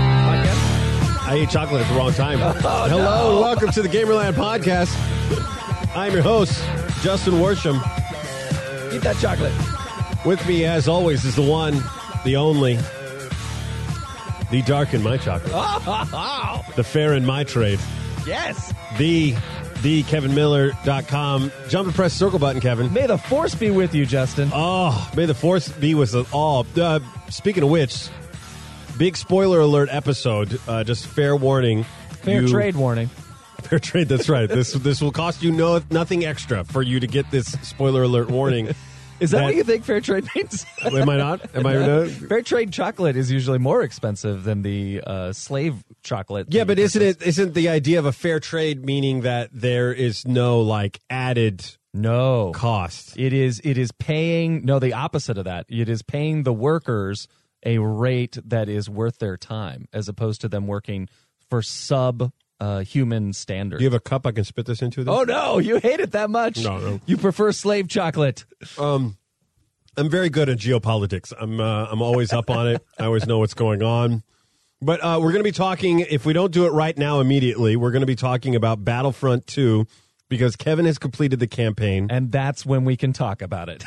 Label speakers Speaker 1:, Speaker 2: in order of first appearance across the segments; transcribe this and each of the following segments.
Speaker 1: I ate chocolate at the wrong time.
Speaker 2: Oh,
Speaker 1: Hello, and welcome to the Gamerland Podcast. I'm your host, Justin Worsham.
Speaker 2: Eat that chocolate.
Speaker 1: With me, as always, is the one, the only, the dark in my chocolate,
Speaker 2: Oh,
Speaker 1: the fair in my trade,
Speaker 2: yes.
Speaker 1: the the KevinMiller.com. Jump and press circle button, Kevin.
Speaker 2: May the force be with you, Justin.
Speaker 1: Oh, may the force be with us all. Uh, speaking of which, big spoiler alert episode. Uh, just fair warning.
Speaker 2: Fair
Speaker 1: You-
Speaker 2: trade warning.
Speaker 1: Fair trade. That's right. This this will cost you no nothing extra for you to get this spoiler alert warning.
Speaker 2: Is that,
Speaker 1: That-
Speaker 2: what you think fair trade means?
Speaker 1: Am I not? Am I not?
Speaker 2: fair trade chocolate is usually more expensive than the uh, slave chocolate.
Speaker 1: Yeah,
Speaker 2: that
Speaker 1: but
Speaker 2: you
Speaker 1: isn't
Speaker 2: purchase.
Speaker 1: it isn't the idea of a fair trade meaning that there is no like added
Speaker 2: No.
Speaker 1: cost?
Speaker 2: It is. It is paying. No, the opposite of that. It is paying the workers a rate that is worth their time, as opposed to them working for sub uh, human standards.
Speaker 1: Do you have a cup I can spit this into? This?
Speaker 2: oh no, you hate it that much.
Speaker 1: No, no.
Speaker 2: You prefer slave chocolate.
Speaker 1: I'm very good at geopolitics. I'm uh, I'm always up on it. I always know what's going on. But uh, we're going to be talking. If we don't do it right now immediately, we're going to be talking about Battlefront Two because Kevin has completed the campaign.
Speaker 2: and that's when we can talk about it.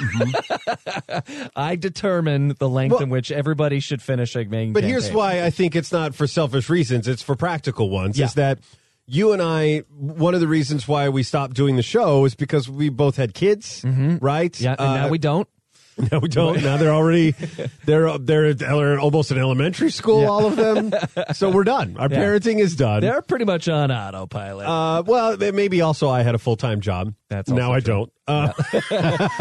Speaker 2: I determine the length
Speaker 1: Well-
Speaker 2: in which everybody should finish a main
Speaker 1: But
Speaker 2: campaign.
Speaker 1: here's why I think it's not for selfish reasons, it's for practical ones.
Speaker 2: Yeah.
Speaker 1: Is that you and I, one of the reasons why we stopped doing the show is because we both had kids, right?
Speaker 2: Mm-hmm. Yeah, and now
Speaker 1: Uh,
Speaker 2: we don't.
Speaker 1: now we don't. Now they're already they're they're, they're almost in elementary school, all of them. so we're done. Our
Speaker 2: Yeah.
Speaker 1: parenting is done.
Speaker 2: They're pretty much on autopilot.
Speaker 1: uh, well, maybe also I had a full time job.
Speaker 2: That's
Speaker 1: now
Speaker 2: also
Speaker 1: I
Speaker 2: true.
Speaker 1: don't.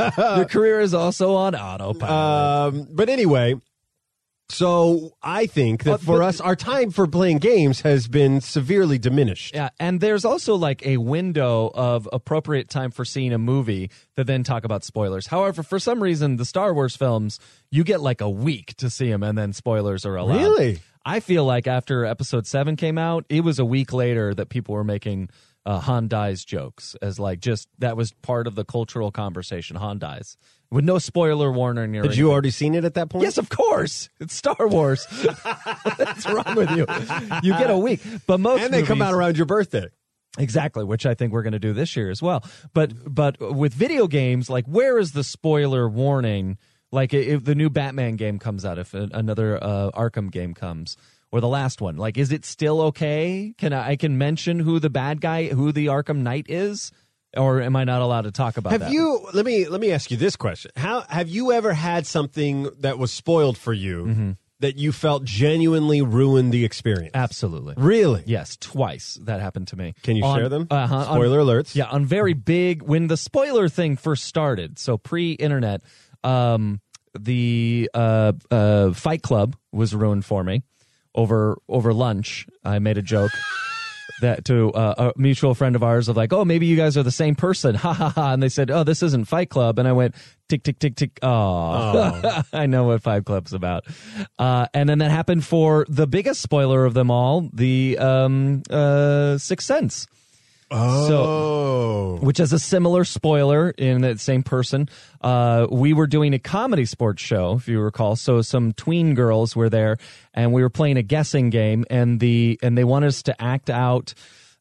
Speaker 1: Uh,
Speaker 2: Your career is also on autopilot.
Speaker 1: Um, but anyway, so I think that
Speaker 2: But-
Speaker 1: for
Speaker 2: but-
Speaker 1: us, our time for playing games has been severely diminished.
Speaker 2: yeah, and there's also like a window of appropriate time for seeing a movie to then talk about spoilers. However, for some reason, the Star Wars films, you get like a week to see them, and then spoilers are allowed.
Speaker 1: Really?
Speaker 2: I feel like after episode seven came out, it was a week later that people were making uh, Han dies jokes as like just that was part of the cultural conversation. Han dies with no spoiler warning. or
Speaker 1: Had you already seen it at that point?
Speaker 2: Yes, of course. It's Star Wars. What's wrong with you? You get a week, but most
Speaker 1: And they come
Speaker 2: movies-
Speaker 1: out around your birthday.
Speaker 2: Exactly, which I think we're going to do this year as well. But but with video games, like where is the spoiler warning? Like i- if the new Batman game comes out, if a- another uh, Arkham game comes, or the last one, like is it still okay? Can I, I can mention who the bad guy, who the Arkham Knight is, or am I not allowed to talk about
Speaker 1: Have
Speaker 2: that?
Speaker 1: you let me let me ask you this question. How have you ever had something that was spoiled for you
Speaker 2: Mm-hmm.
Speaker 1: that you felt genuinely ruined the experience?
Speaker 2: Uh, Absolutely.
Speaker 1: Really?
Speaker 2: Yes, twice that happened to me.
Speaker 1: Can you
Speaker 2: On-
Speaker 1: share them?
Speaker 2: uh-huh, on-
Speaker 1: Spoiler alerts.
Speaker 2: Yeah, on very big when the spoiler thing first started, so pre-internet, um, the uh, uh, Fight Club was ruined for me over over lunch. I made a joke that to uh, a mutual friend of ours of like, oh, maybe you guys are the same person, ha ha ha, and they said, oh, this isn't Fight Club, and I went tick tick tick tick, oh, I know what Fight Club's about, uh, and then that happened for the biggest spoiler of them all, the um, uh, Sixth Sense
Speaker 1: Oh.
Speaker 2: which has a similar spoiler in that same person. Uh, we were doing a comedy sports show, if you recall. So some tween girls were there, and we were playing a guessing game, and the and they wanted us to act out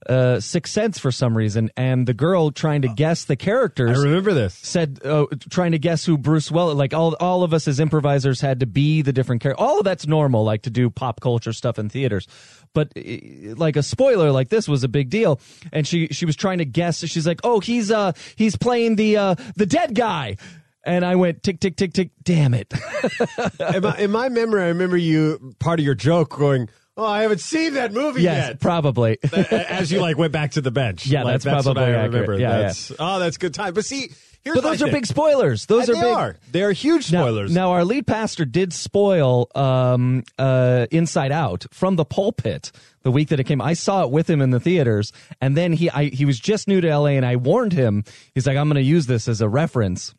Speaker 2: uh, Sixth Sense for some reason, and the girl trying to guess the
Speaker 1: I
Speaker 2: characters
Speaker 1: remember this.
Speaker 2: said uh, trying to guess who Bruce Well like all all of us as improvisers had to be the different character. All of that's normal, like to do pop culture stuff in theaters. But eh, like a spoiler, like this was a big deal, and she she was trying to guess. She's like, oh, he's uh he's playing the uh the dead guy, and I went tick tick tick tick. Damn it!
Speaker 1: in, my, in my memory, I remember you part of your joke going, "Oh, I haven't seen that movie
Speaker 2: yes,
Speaker 1: yet."
Speaker 2: probably.
Speaker 1: As you like went back to the bench.
Speaker 2: Yeah,
Speaker 1: Like,
Speaker 2: that's
Speaker 1: what
Speaker 2: probably
Speaker 1: I remember.
Speaker 2: accurate. Yeah,
Speaker 1: that's, Oh, that's good time. But see, here's
Speaker 2: but
Speaker 1: my
Speaker 2: those are
Speaker 1: thing.
Speaker 2: big spoilers. Those
Speaker 1: And
Speaker 2: are
Speaker 1: they
Speaker 2: big.
Speaker 1: are. They are huge
Speaker 2: Now-
Speaker 1: spoilers.
Speaker 2: Now, our lead pastor did spoil um, uh, Inside Out from the pulpit the week that it came. I saw it with him in the theaters, and then he I, he was just new to LA, and I warned him. He's like, "I'm going to use this as a reference."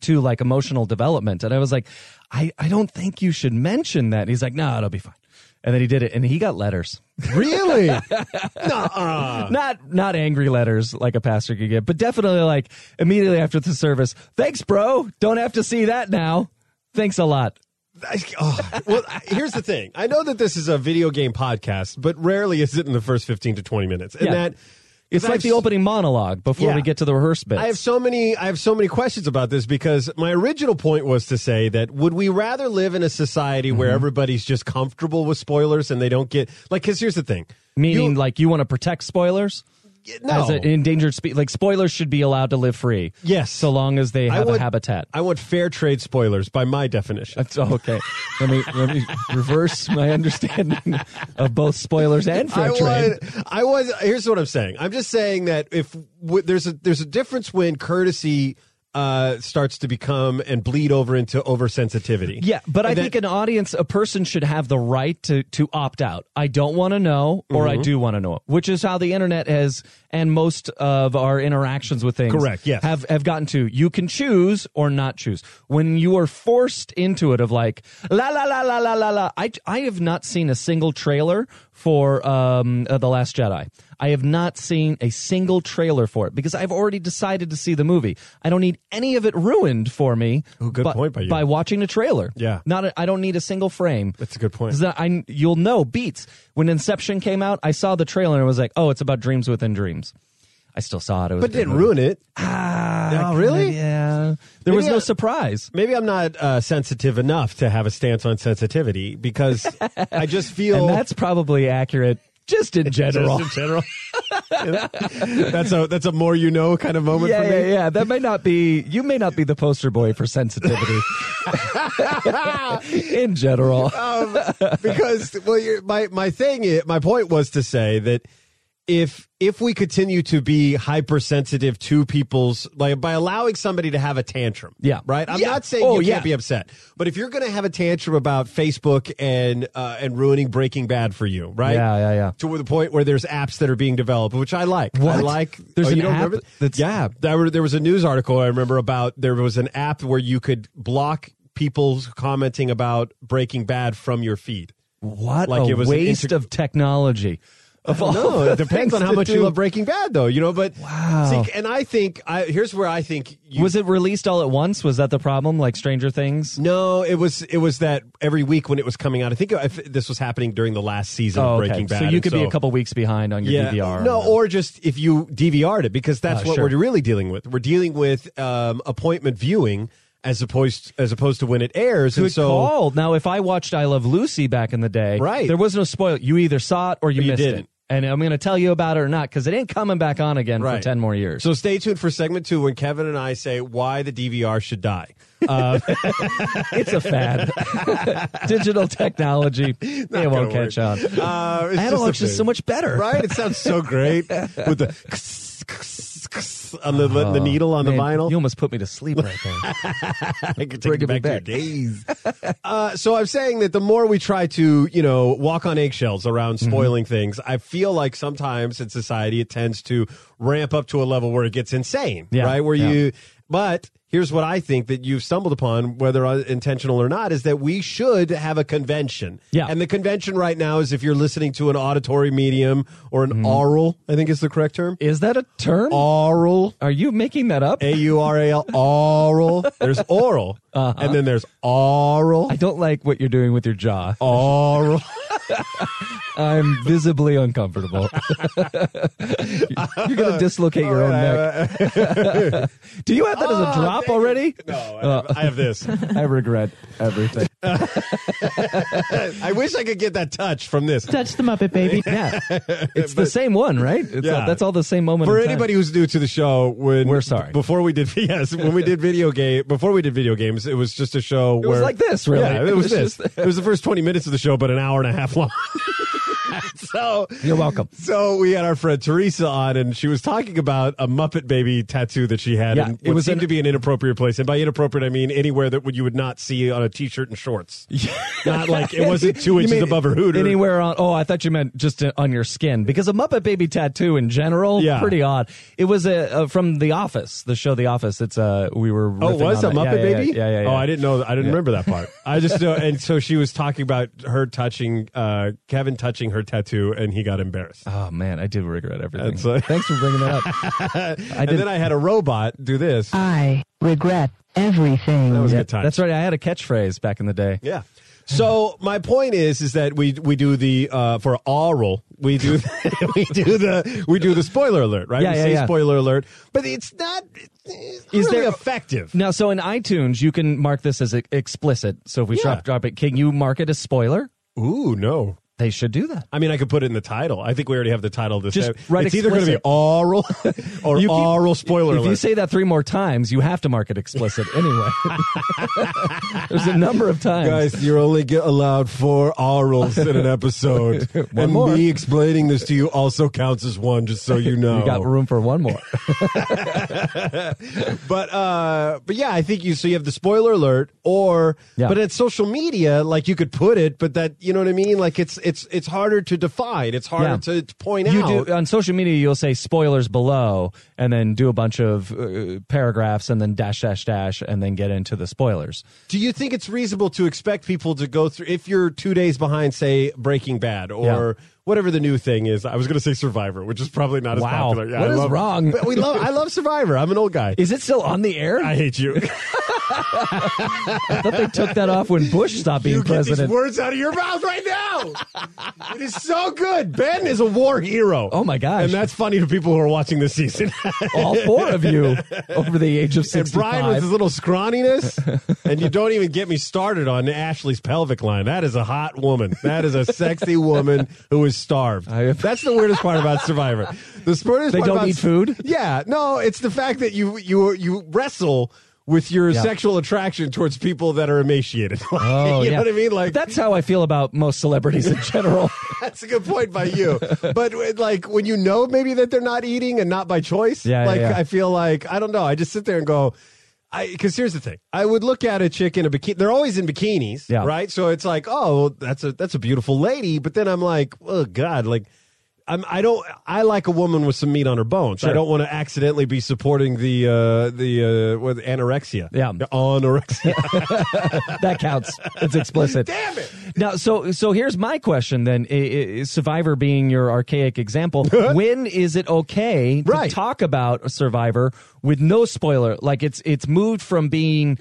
Speaker 2: to like emotional development. And I was like, I, I don't think you should mention that. And he's like, no, it'll be fine. And then he did it and he got letters.
Speaker 1: really? Nuh-uh.
Speaker 2: Not not angry letters like a pastor could get, but definitely like immediately after the service, thanks, bro. Don't have to see that now. Thanks a lot.
Speaker 1: I- oh, well, here's the thing. I know that this is a video game podcast, but rarely is it in the first 15 to 20 minutes. And
Speaker 2: Yeah.
Speaker 1: that
Speaker 2: It's like
Speaker 1: I've
Speaker 2: the
Speaker 1: s-
Speaker 2: opening monologue before
Speaker 1: Yeah.
Speaker 2: we get to the rehearse bits.
Speaker 1: I have so many I have so many questions about this because my original point was to say that would we rather live in a society where
Speaker 2: Mm-hmm.
Speaker 1: everybody's just comfortable with spoilers and they don't get like cuz here's the thing.
Speaker 2: Meaning, like, you want to protect spoilers
Speaker 1: No.
Speaker 2: as an endangered species. Like, spoilers should be allowed to live free.
Speaker 1: Yes.
Speaker 2: So long as they
Speaker 1: I
Speaker 2: have
Speaker 1: want-
Speaker 2: a habitat.
Speaker 1: I want fair trade spoilers by my definition.
Speaker 2: That's oh, okay. Let me let me reverse my understanding of both spoilers and fair
Speaker 1: I
Speaker 2: trade.
Speaker 1: was, I was. Here's what I'm saying. I'm just saying that if w- there's a there's a difference when courtesy uh, starts to become and bleed over into oversensitivity.
Speaker 2: Yeah, but I
Speaker 1: And that-
Speaker 2: think an audience, a person should have the right to to opt out. I don't want to know, or
Speaker 1: Mm-hmm.
Speaker 2: I do want to know, which is how the internet has and most of our interactions with things,
Speaker 1: Correct, yes.
Speaker 2: have have gotten to. You can choose or not choose. When you are forced into it, of like la la la la la la la. I I have not seen a single trailer for um uh, the Last Jedi. I have not seen a single trailer for it because I've already decided to see the movie. I don't need any of it ruined for me.
Speaker 1: Ooh, good
Speaker 2: bu-
Speaker 1: point by you.
Speaker 2: By watching a trailer.
Speaker 1: Yeah.
Speaker 2: Not I I don't need a single frame.
Speaker 1: That's a good point.
Speaker 2: Is that I you'll know beats. When Inception came out, I saw the trailer and it was like, "Oh, it's about dreams within dreams." I still saw it. it was
Speaker 1: but it
Speaker 2: a good
Speaker 1: didn't
Speaker 2: movie.
Speaker 1: ruin it.
Speaker 2: Ah,
Speaker 1: Oh, really?
Speaker 2: kinda, yeah. There was
Speaker 1: Maybe
Speaker 2: no
Speaker 1: I-
Speaker 2: surprise.
Speaker 1: Maybe I'm not uh, sensitive enough to have a stance on sensitivity because I just feel
Speaker 2: And that's probably accurate just in general.
Speaker 1: Oh. Just in general. that's a that's a more you know kind of moment
Speaker 2: yeah,
Speaker 1: for me.
Speaker 2: yeah, yeah. That may not be you may not be the poster boy for sensitivity. in general.
Speaker 1: um, because well, you're, my my thing, is, my point was to say that if if we continue to be hypersensitive to people's like by allowing somebody to have a tantrum,
Speaker 2: Yeah.
Speaker 1: right. I'm
Speaker 2: Yeah.
Speaker 1: not saying
Speaker 2: Oh,
Speaker 1: you
Speaker 2: yeah.
Speaker 1: can't be upset, but if you're going to have a tantrum about Facebook and uh, and ruining Breaking Bad for you, right?
Speaker 2: Yeah, yeah, yeah.
Speaker 1: To the point where there's apps that are being developed, which I like. I
Speaker 2: What?
Speaker 1: like.
Speaker 2: There's an
Speaker 1: you don't
Speaker 2: app
Speaker 1: remember?
Speaker 2: that's-
Speaker 1: yeah. There, were, there was a news article I remember about. There was an app where you could block people commenting about Breaking Bad from your feed.
Speaker 2: What
Speaker 1: Like
Speaker 2: a
Speaker 1: it was an
Speaker 2: waste
Speaker 1: integ-
Speaker 2: of technology. Of all
Speaker 1: No,
Speaker 2: the
Speaker 1: it depends
Speaker 2: things
Speaker 1: on how
Speaker 2: to
Speaker 1: much you
Speaker 2: do.
Speaker 1: love Breaking Bad, though. You know, but
Speaker 2: Wow.
Speaker 1: See, and I think I, here's where I think you,
Speaker 2: Was it released all at once? Was that the problem? Like Stranger Things?
Speaker 1: No, it was it was that every week when it was coming out. I think if this was happening during the last season
Speaker 2: Oh,
Speaker 1: of
Speaker 2: okay.
Speaker 1: Breaking Bad.
Speaker 2: So you
Speaker 1: and
Speaker 2: could be a couple weeks behind on your
Speaker 1: yeah,
Speaker 2: DVR.
Speaker 1: No, or just if you DVR'd it, because that's
Speaker 2: Uh,
Speaker 1: what
Speaker 2: sure.
Speaker 1: we're really dealing with. We're dealing with um, appointment viewing as opposed as opposed to when it airs. and
Speaker 2: good
Speaker 1: so
Speaker 2: call. Now, if I watched I Love Lucy back in the day,
Speaker 1: Right.
Speaker 2: There was no spoil. You either saw it or you,
Speaker 1: You
Speaker 2: missed it.
Speaker 1: didn't.
Speaker 2: And I'm going to tell you about it or not because it ain't coming back on again for
Speaker 1: Right.
Speaker 2: ten more years.
Speaker 1: So stay tuned for segment two when Kevin and I say why the DVR should die. Uh,
Speaker 2: it's a fad. Digital technology, it won't
Speaker 1: gonna
Speaker 2: catch
Speaker 1: work. uh,
Speaker 2: on.
Speaker 1: it's just a
Speaker 2: Analog's just
Speaker 1: thing.
Speaker 2: so much better,
Speaker 1: Right? It sounds so great with the kss, kss, kss on the the needle on the
Speaker 2: Uh-huh. Man,
Speaker 1: vinyl.
Speaker 2: You almost put me to sleep right there.
Speaker 1: I can take you
Speaker 2: bringing me
Speaker 1: back,
Speaker 2: back.
Speaker 1: to your days. uh, so I'm saying that the more we try to, you know, walk on eggshells around
Speaker 2: Mm-hmm.
Speaker 1: spoiling things, I feel like sometimes in society it tends to ramp up to a level where it gets insane,
Speaker 2: Yeah,
Speaker 1: right? Where
Speaker 2: yeah.
Speaker 1: you, but here's what I think that you've stumbled upon, whether uh, intentional or not, is that we should have a convention.
Speaker 2: Yeah.
Speaker 1: And the convention right now is if you're listening to an auditory medium or an
Speaker 2: Mm-hmm.
Speaker 1: oral, I think is the correct term.
Speaker 2: Is that a term?
Speaker 1: Oral.
Speaker 2: Are you making that up?
Speaker 1: A U R A L, oral. There's oral.
Speaker 2: Uh-huh.
Speaker 1: And then there's oral.
Speaker 2: I don't like what you're doing with your jaw.
Speaker 1: Oral.
Speaker 2: I'm visibly uncomfortable. You're going to dislocate your own neck. Do you have that as
Speaker 1: Oh,
Speaker 2: a drop already?
Speaker 1: No, I have, I have this.
Speaker 2: I regret everything.
Speaker 1: I wish I could get that touch from this.
Speaker 3: Touch the Muppet Baby.
Speaker 2: Yeah. It's the same one, right? It's
Speaker 1: Yeah.
Speaker 2: that's all the same moment.
Speaker 1: For
Speaker 2: in time.
Speaker 1: anybody who's new to the show, when
Speaker 2: We're sorry.
Speaker 1: Before we did yes, when we did video game, before we did video games, it was just a show
Speaker 2: It
Speaker 1: where
Speaker 2: was like this, really.
Speaker 1: Yeah, it was this.
Speaker 2: just-
Speaker 1: It was the first twenty minutes of the show, but an hour and a half long. so
Speaker 2: You're welcome.
Speaker 1: So we had our friend Teresa on, and she was talking about a Muppet Baby tattoo that she had.
Speaker 2: Yeah,
Speaker 1: and
Speaker 2: it
Speaker 1: it
Speaker 2: was
Speaker 1: seemed to
Speaker 2: an-
Speaker 1: be an inappropriate place, and by inappropriate I mean anywhere that would- you would not see on a T-shirt and shorts. not like it wasn't two
Speaker 2: You
Speaker 1: inches
Speaker 2: mean
Speaker 1: above her hooter.
Speaker 2: Anywhere on? Oh, I thought you meant just on your skin because a Muppet Baby tattoo in general,
Speaker 1: Yeah.
Speaker 2: pretty odd. It was a, uh from The Office, the show The Office. It's uh, we were.
Speaker 1: Oh,
Speaker 2: riffing
Speaker 1: it was a
Speaker 2: on that.
Speaker 1: Muppet
Speaker 2: Yeah, yeah,
Speaker 1: Baby?
Speaker 2: Yeah, yeah. yeah,
Speaker 1: Oh, I didn't know. I didn't remember that part. I just know. And so she was talking about her touching uh, Kevin touching her tattoo, and he got embarrassed.
Speaker 2: Oh man, I do regret everything.
Speaker 1: That's, uh,
Speaker 2: Thanks for bringing that up. I
Speaker 1: and
Speaker 2: did.
Speaker 1: then I had a robot do this.
Speaker 3: I regret everything.
Speaker 1: that was a good time.
Speaker 2: Uh, that's right. I had a catchphrase back in the day.
Speaker 1: Yeah. So my point is, is that we we do the uh, for oral we do we do the we do the spoiler alert right
Speaker 2: Yeah,
Speaker 1: we
Speaker 2: yeah,
Speaker 1: say
Speaker 2: yeah.
Speaker 1: spoiler alert but it's not it's not
Speaker 2: Is
Speaker 1: really
Speaker 2: there-
Speaker 1: effective
Speaker 2: Now, so in iTunes, you can mark this as e- explicit. So if we drop drop it, can you mark it as spoiler?
Speaker 1: ooh no
Speaker 2: They should do that.
Speaker 1: I mean I could put it in the title I think we already have the title of this
Speaker 2: Just
Speaker 1: episode.
Speaker 2: write
Speaker 1: it's either going to be
Speaker 2: explicit.
Speaker 1: oral or
Speaker 2: You keep-
Speaker 1: oral spoiler
Speaker 2: if
Speaker 1: alert
Speaker 2: you say that three more times, you have to mark it explicit anyway. There's a number of times.
Speaker 1: Guys, you're only get allowed four orals in an episode.
Speaker 2: One
Speaker 1: and
Speaker 2: more.
Speaker 1: me explaining this to you also counts as one, just so you know.
Speaker 2: You got room for one more.
Speaker 1: But uh, but yeah, I think you so you have the spoiler alert, or
Speaker 2: Yeah.
Speaker 1: but at social media, like you could put it, but that you know what I mean. Like it's it's it's harder to define. It's harder
Speaker 2: Yeah.
Speaker 1: to, to point
Speaker 2: You
Speaker 1: out.
Speaker 2: do uh, on social media. You'll say spoilers below, and then do a bunch of uh, paragraphs, and then dash dash dash, and then get into the spoilers.
Speaker 1: Do you think it's reasonable to expect people to go through if you're two days behind, say Breaking Bad or whatever the new thing is? I was going to say Survivor, which is probably not as
Speaker 2: Wow.
Speaker 1: popular.
Speaker 2: What
Speaker 1: I
Speaker 2: is
Speaker 1: love-
Speaker 2: wrong?
Speaker 1: But we love. I love Survivor. I'm an old guy.
Speaker 2: Is it still on the air?
Speaker 1: I
Speaker 2: I
Speaker 1: hate you.
Speaker 2: thought they took that off when Bush stopped being
Speaker 1: you get these
Speaker 2: president.
Speaker 1: words out of your mouth right now. it is so good. Ben is a war hero.
Speaker 2: Oh my gosh.
Speaker 1: And that's funny to people who are watching this season.
Speaker 2: All four of you over the age of
Speaker 1: and
Speaker 2: sixty-five.
Speaker 1: Brian with his little scrawniness, and you don't even get me started on Ashley's pelvic line. That is a hot woman. That is a sexy woman who is starved.
Speaker 2: I-
Speaker 1: That's the weirdest part about Survivor. The weirdest
Speaker 2: They
Speaker 1: part
Speaker 2: don't
Speaker 1: about
Speaker 2: eat food?
Speaker 1: Yeah, no, it's the fact that you you you wrestle. With your
Speaker 2: Yeah.
Speaker 1: sexual attraction towards people that are emaciated, Like,
Speaker 2: Oh,
Speaker 1: you
Speaker 2: yeah.
Speaker 1: know what I mean. Like
Speaker 2: that's how I feel about most celebrities in general.
Speaker 1: That's a good point by you. But uh, like when you know maybe that they're not eating and not by choice,
Speaker 2: Yeah, yeah,
Speaker 1: like
Speaker 2: yeah.
Speaker 1: I feel like I don't know. I just sit there and go, I because here's the thing. I would look at a chick in a bikini. They're always in bikinis,
Speaker 2: Yeah.
Speaker 1: right? So it's like, oh, well, that's a that's a beautiful lady. But then I'm like, oh god, like. I'm, I don't. I like a woman with some meat on her bones. I don't want to accidentally be supporting the uh, the uh, what, anorexia.
Speaker 2: Yeah.
Speaker 1: The anorexia.
Speaker 2: that counts. It's explicit.
Speaker 1: Damn it!
Speaker 2: Now, so so here's my question then: I- I- I- Survivor being your archaic example, when is it okay to
Speaker 1: Right.
Speaker 2: talk about Survivor with no spoiler? Like it's it's moved from being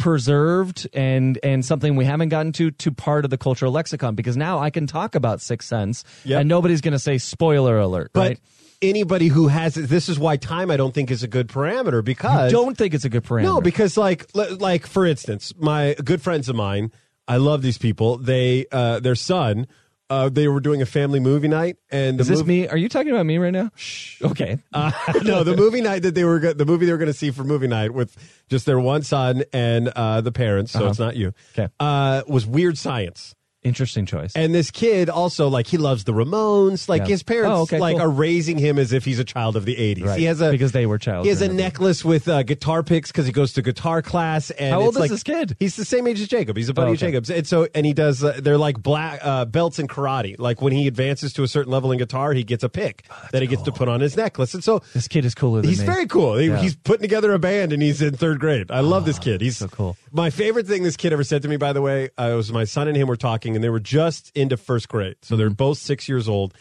Speaker 2: preserved and and something we haven't gotten to to part of the cultural lexicon because now I can talk about Sixth Sense
Speaker 1: Yep.
Speaker 2: and nobody's going to say spoiler alert,
Speaker 1: But
Speaker 2: right?
Speaker 1: anybody who has it, this is why time I don't think is a good parameter because
Speaker 2: Don't think it's a good parameter.
Speaker 1: No, because like li- like for instance, my good friends of mine, I love these people. They uh their son, uh they were doing a family movie night and the
Speaker 2: is this
Speaker 1: movie,
Speaker 2: me? Are you talking about me right now? Shh. Okay.
Speaker 1: uh, no, the movie night that they were go- the movie they were going to see for movie night with just their one son and uh the parents, so it's not you.
Speaker 2: Uh-huh. Okay.
Speaker 1: Uh was Weird Science.
Speaker 2: Interesting choice.
Speaker 1: And this kid also like he loves the Ramones. Like
Speaker 2: Yeah.
Speaker 1: his parents
Speaker 2: Oh, okay,
Speaker 1: like
Speaker 2: cool.
Speaker 1: are raising him as if he's a child of the 80s.
Speaker 2: Right,
Speaker 1: He has a
Speaker 2: because they were children
Speaker 1: He has a
Speaker 2: of the-
Speaker 1: necklace with uh, guitar picks cuz he goes to guitar class and
Speaker 2: How
Speaker 1: it's
Speaker 2: old is
Speaker 1: like-
Speaker 2: this kid?
Speaker 1: He's the same age as Jacob. He's a buddy
Speaker 2: Oh,
Speaker 1: of
Speaker 2: okay.
Speaker 1: Jacob's. And so and he does uh, they're like black uh, belts in karate. Like when he advances to a certain level in guitar, he gets a pick that he gets to put on his necklace. And so
Speaker 2: this kid is cooler than
Speaker 1: He's
Speaker 2: me.
Speaker 1: very cool. He-
Speaker 2: Yeah. Ah,
Speaker 1: He's putting together a band and he's in third grade. I love this kid. He's
Speaker 2: so cool.
Speaker 1: My favorite thing this kid ever said to me, by the way,
Speaker 2: Mm-hmm.
Speaker 1: uh, was my son and him were talking and they were just into first grade. So they're both six years old.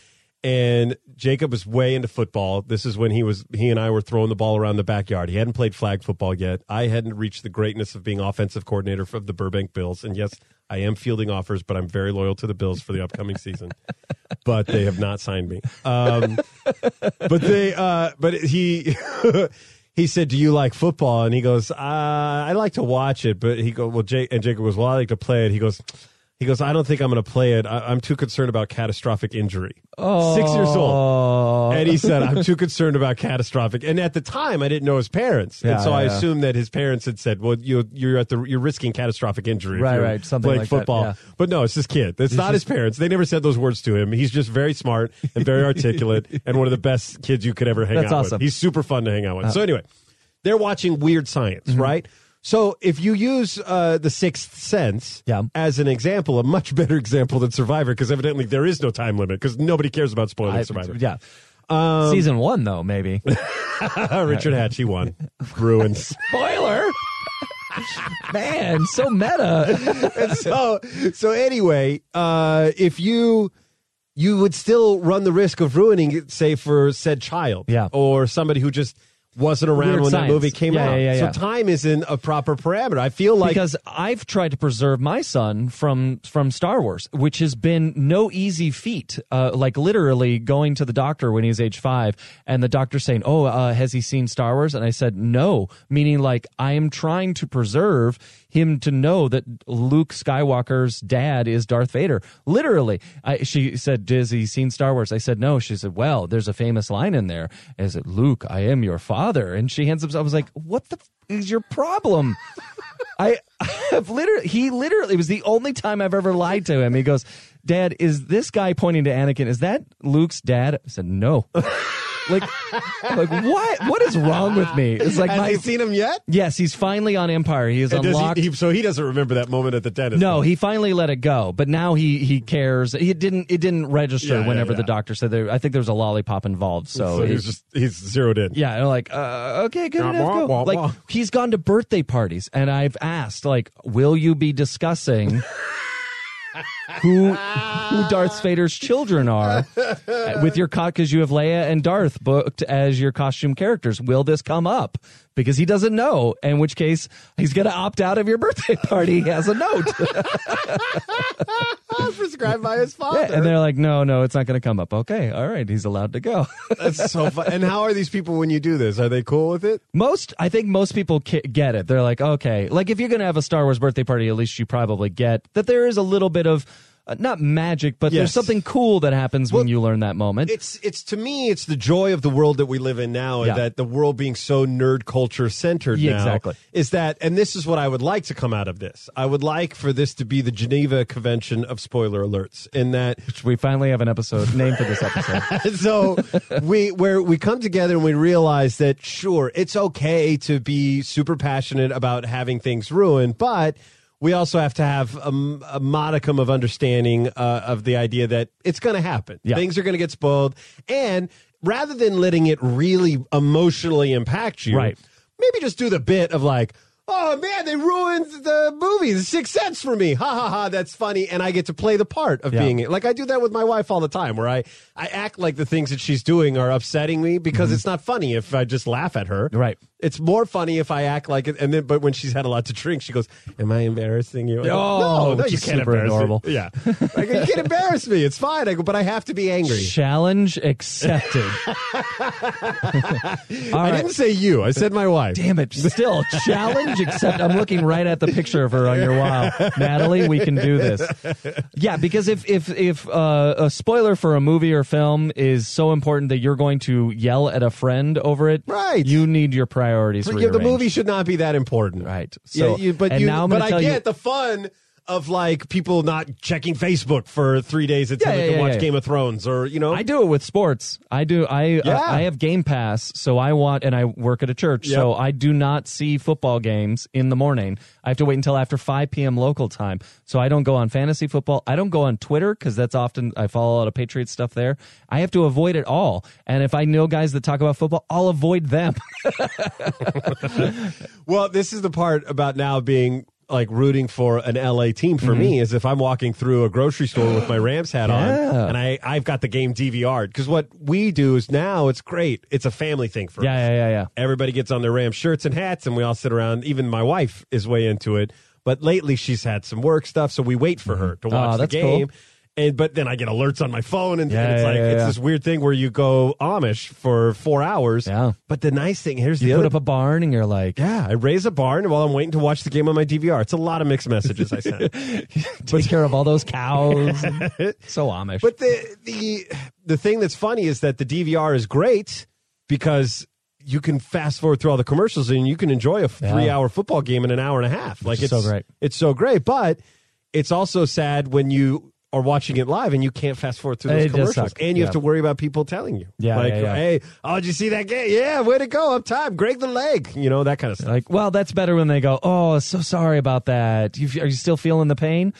Speaker 1: and Jacob was way into football. This is when he was he and I were throwing the ball around the backyard. He hadn't played flag football yet. I hadn't reached the greatness of being offensive coordinator of the Burbank Bills. And yes, I am fielding offers, but I'm very loyal to the Bills for the upcoming season. But they have not signed me. Um, but they uh but he he said do you like football and he goes uh, i like to watch it but he go well jake and jacob goes well i like to play it he goes he goes i don't think i'm going to play it I- i'm too concerned about catastrophic injury oh. six years
Speaker 2: Oh.
Speaker 1: old and he said i'm too concerned about catastrophic and at the time i didn't know his parents and
Speaker 2: Yeah,
Speaker 1: so i
Speaker 2: yeah.
Speaker 1: assumed that his parents had said well you, you're at the you're risking catastrophic injury if
Speaker 2: Right,
Speaker 1: you're
Speaker 2: right, something
Speaker 1: playing
Speaker 2: like that,
Speaker 1: football
Speaker 2: yeah.
Speaker 1: but no, it's this kid. It's not his parents. They never said those words to him. He's just very smart and very articulate and one of the best kids you could ever hang
Speaker 2: That's
Speaker 1: out
Speaker 2: awesome. Uh,
Speaker 1: with. He's super fun to hang out with. so anyway, they're watching Weird Science,
Speaker 2: Mm-hmm.
Speaker 1: right? So if you use uh, the Sixth Sense
Speaker 2: Yeah.
Speaker 1: as an example, a much better example than Survivor, because evidently there is no time limit, because nobody cares about spoiling
Speaker 2: I-
Speaker 1: Survivor.
Speaker 2: yeah. Um, Season one, though, maybe.
Speaker 1: Richard Hatch, he won. Bruins.
Speaker 2: Spoiler! Man, so meta.
Speaker 1: And so so anyway, uh, if you you would still run the risk of ruining it, say for said child,
Speaker 2: Yeah.
Speaker 1: or somebody who just wasn't around
Speaker 2: Weird
Speaker 1: when
Speaker 2: science.
Speaker 1: that movie came
Speaker 2: Yeah,
Speaker 1: out.
Speaker 2: yeah, yeah, yeah.
Speaker 1: So time isn't a proper parameter. I feel like
Speaker 2: because I've tried to preserve my son from from Star Wars, which has been no easy feat. Uh, like literally going to the doctor when he was age five, and the doctor saying, "Oh, uh, has he seen Star Wars?" And I said, "No," meaning like I am trying to preserve him to know that Luke Skywalker's dad is Darth Vader. Literally, I, she said, "Has he seen Star Wars?" I said, "No." She said, "Well, there's a famous line in there. Is it Luke? I am your father?" And she hands up. I was like, "What the." F- is your problem? I have literally, he literally it was the only time I've ever lied to him. He goes, Dad, is this guy pointing to Anakin? Is that Luke's dad? I said, No. like, like what? What is wrong with me? It's like
Speaker 1: has
Speaker 2: my.
Speaker 1: he seen him yet?
Speaker 2: yes, he's finally on Empire. He is
Speaker 1: And does he-
Speaker 2: unlocked.
Speaker 1: he- so he doesn't remember that moment at the dentist.
Speaker 2: No, he finally let it go, but now he he cares. He didn't. It didn't register
Speaker 1: Yeah, yeah,
Speaker 2: whenever the
Speaker 1: yeah.
Speaker 2: doctor said there. I think there was a lollipop involved. So,
Speaker 1: so
Speaker 2: it-
Speaker 1: he's just he's zeroed in.
Speaker 2: yeah, they're like, uh, okay, good
Speaker 1: Wah,
Speaker 2: enough.
Speaker 1: wah,
Speaker 2: go.
Speaker 1: wah,
Speaker 2: like,
Speaker 1: wah.
Speaker 2: he's gone to birthday parties, and I've asked, like, will you be discussing who who Darth Vader's children are with your cot? Because you have Leia and Darth booked as your costume characters. Will this come up? Because he doesn't know, in which case he's going to opt out of your birthday party. He has a note,
Speaker 1: prescribed by his father.
Speaker 2: and they're like, no, no, it's not going to come up. Okay, all right, he's allowed to go.
Speaker 1: That's so fun. And how are these people when you do this? Are they cool with it?
Speaker 2: Most, I think most people ki- get it. They're like, okay, like if you're going to have a Star Wars birthday party, at least you probably get that there is a little bit of uh, not magic, but there's
Speaker 1: Yes.
Speaker 2: something cool that happens when
Speaker 1: Well,
Speaker 2: you learn that moment.
Speaker 1: It's it's to me, it's the joy of the world that we live in now, and
Speaker 2: Yeah.
Speaker 1: that the world being so nerd culture centered
Speaker 2: Yeah,
Speaker 1: now
Speaker 2: exactly.
Speaker 1: is that. And this is what I would like to come out of this. I would like for this to be the Geneva Convention of spoiler alerts, in that
Speaker 2: we finally have an episode name for this episode.
Speaker 1: so we where we come together and we realize that sure it's okay to be super passionate about having things ruined but we also have to have a, m- a modicum of understanding uh, of the idea that it's going to happen
Speaker 2: Yeah.
Speaker 1: things are going to get spoiled and rather than letting it really emotionally impact you
Speaker 2: Right.
Speaker 1: maybe just do the bit of like Oh man, they ruined the movie, The Sixth Sense for me. Ha ha ha, that's funny. And I get to play the part of
Speaker 2: Yeah.
Speaker 1: being like I do that with my wife all the time, where I I act like the things that she's doing are upsetting me because it's not funny if I just laugh at her.
Speaker 2: Mm-hmm. Right.
Speaker 1: It's more funny if I act like it, and then but when she's had a lot to drink, she goes, "Am I embarrassing you?" I go,
Speaker 2: Oh,
Speaker 1: no, no,
Speaker 2: which
Speaker 1: you
Speaker 2: is
Speaker 1: can't
Speaker 2: super
Speaker 1: embarrass
Speaker 2: adorable.
Speaker 1: me. Yeah, I go, you can't embarrass me. It's fine. I go, but I have to be angry.
Speaker 2: Challenge accepted. All
Speaker 1: I
Speaker 2: right.
Speaker 1: didn't say you. I said my wife.
Speaker 2: Damn it. Still, challenge except I'm looking right at the picture of her on your wall. Natalie, we can do this. Yeah, because if if if uh, a spoiler for a movie or film is so important that you're going to yell at a friend over it,
Speaker 1: Right.
Speaker 2: you need your priorities
Speaker 1: But, yeah, the
Speaker 2: rearranged.
Speaker 1: movie should not be that important,
Speaker 2: Right.
Speaker 1: So,
Speaker 2: So-
Speaker 1: yeah, you, but
Speaker 2: and
Speaker 1: you,
Speaker 2: now I'm
Speaker 1: but
Speaker 2: gonna
Speaker 1: I
Speaker 2: tell you-
Speaker 1: get the fun of like people not checking Facebook for three days until
Speaker 2: Yeah,
Speaker 1: they
Speaker 2: yeah,
Speaker 1: can
Speaker 2: yeah,
Speaker 1: watch
Speaker 2: yeah.
Speaker 1: Game of Thrones, or you know,
Speaker 2: I do it with sports. I do. I
Speaker 1: Yeah.
Speaker 2: I have Game Pass, so I want, and I work at a church, so
Speaker 1: Yep.
Speaker 2: I do not see football games in the morning. I have to wait until after five p.m. local time, so I don't go on fantasy football. I don't go on Twitter because that's often I follow a lot of Patriots stuff there. I have to avoid it all, and if I know guys that talk about football, I'll avoid them.
Speaker 1: Well, this is the part about now being like rooting for an LA team for
Speaker 2: Mm-hmm.
Speaker 1: me is if I'm walking through a grocery store with my Rams hat
Speaker 2: Yeah.
Speaker 1: on and I I've got the game DVR'd because what we do is now it's great. It's a family thing for us.
Speaker 2: Yeah, yeah, yeah, yeah.
Speaker 1: Everybody gets on their Rams shirts and hats, and we all sit around. Even my wife is way into it, but lately she's had some work stuff, so we wait for her to watch the
Speaker 2: Mm-hmm. Oh, that's cool.
Speaker 1: game. And but then I get alerts on my phone, and, and
Speaker 2: Yeah,
Speaker 1: it's
Speaker 2: yeah,
Speaker 1: like
Speaker 2: yeah,
Speaker 1: it's
Speaker 2: yeah.
Speaker 1: this weird thing where you go Amish for four hours.
Speaker 2: Yeah.
Speaker 1: But the nice thing here's the
Speaker 2: You
Speaker 1: other
Speaker 2: put up a barn and you're like,
Speaker 1: yeah, I raise a barn while I'm waiting to watch the game on my DVR. It's a lot of mixed messages I send.
Speaker 2: take care of all those cows. so Amish.
Speaker 1: but the the the thing that's funny is that the DVR is great because you can fast forward through all the commercials and you can enjoy a
Speaker 2: Yeah.
Speaker 1: three hour football game in an hour and a half. Like
Speaker 2: is
Speaker 1: it's
Speaker 2: so great.
Speaker 1: It's so great, but it's also sad when you are watching it live and you can't fast forward through those
Speaker 2: It does
Speaker 1: commercials,
Speaker 2: suck.
Speaker 1: and you
Speaker 2: Yeah.
Speaker 1: have to worry about people telling you,
Speaker 2: Yeah,
Speaker 1: like,
Speaker 2: yeah, yeah.
Speaker 1: hey, oh, did you see that game? Yeah, way to go, up time, Greg the leg, you know that kind of stuff.
Speaker 2: like, well, that's better when they go, oh, so sorry about that. You, are you still feeling the pain?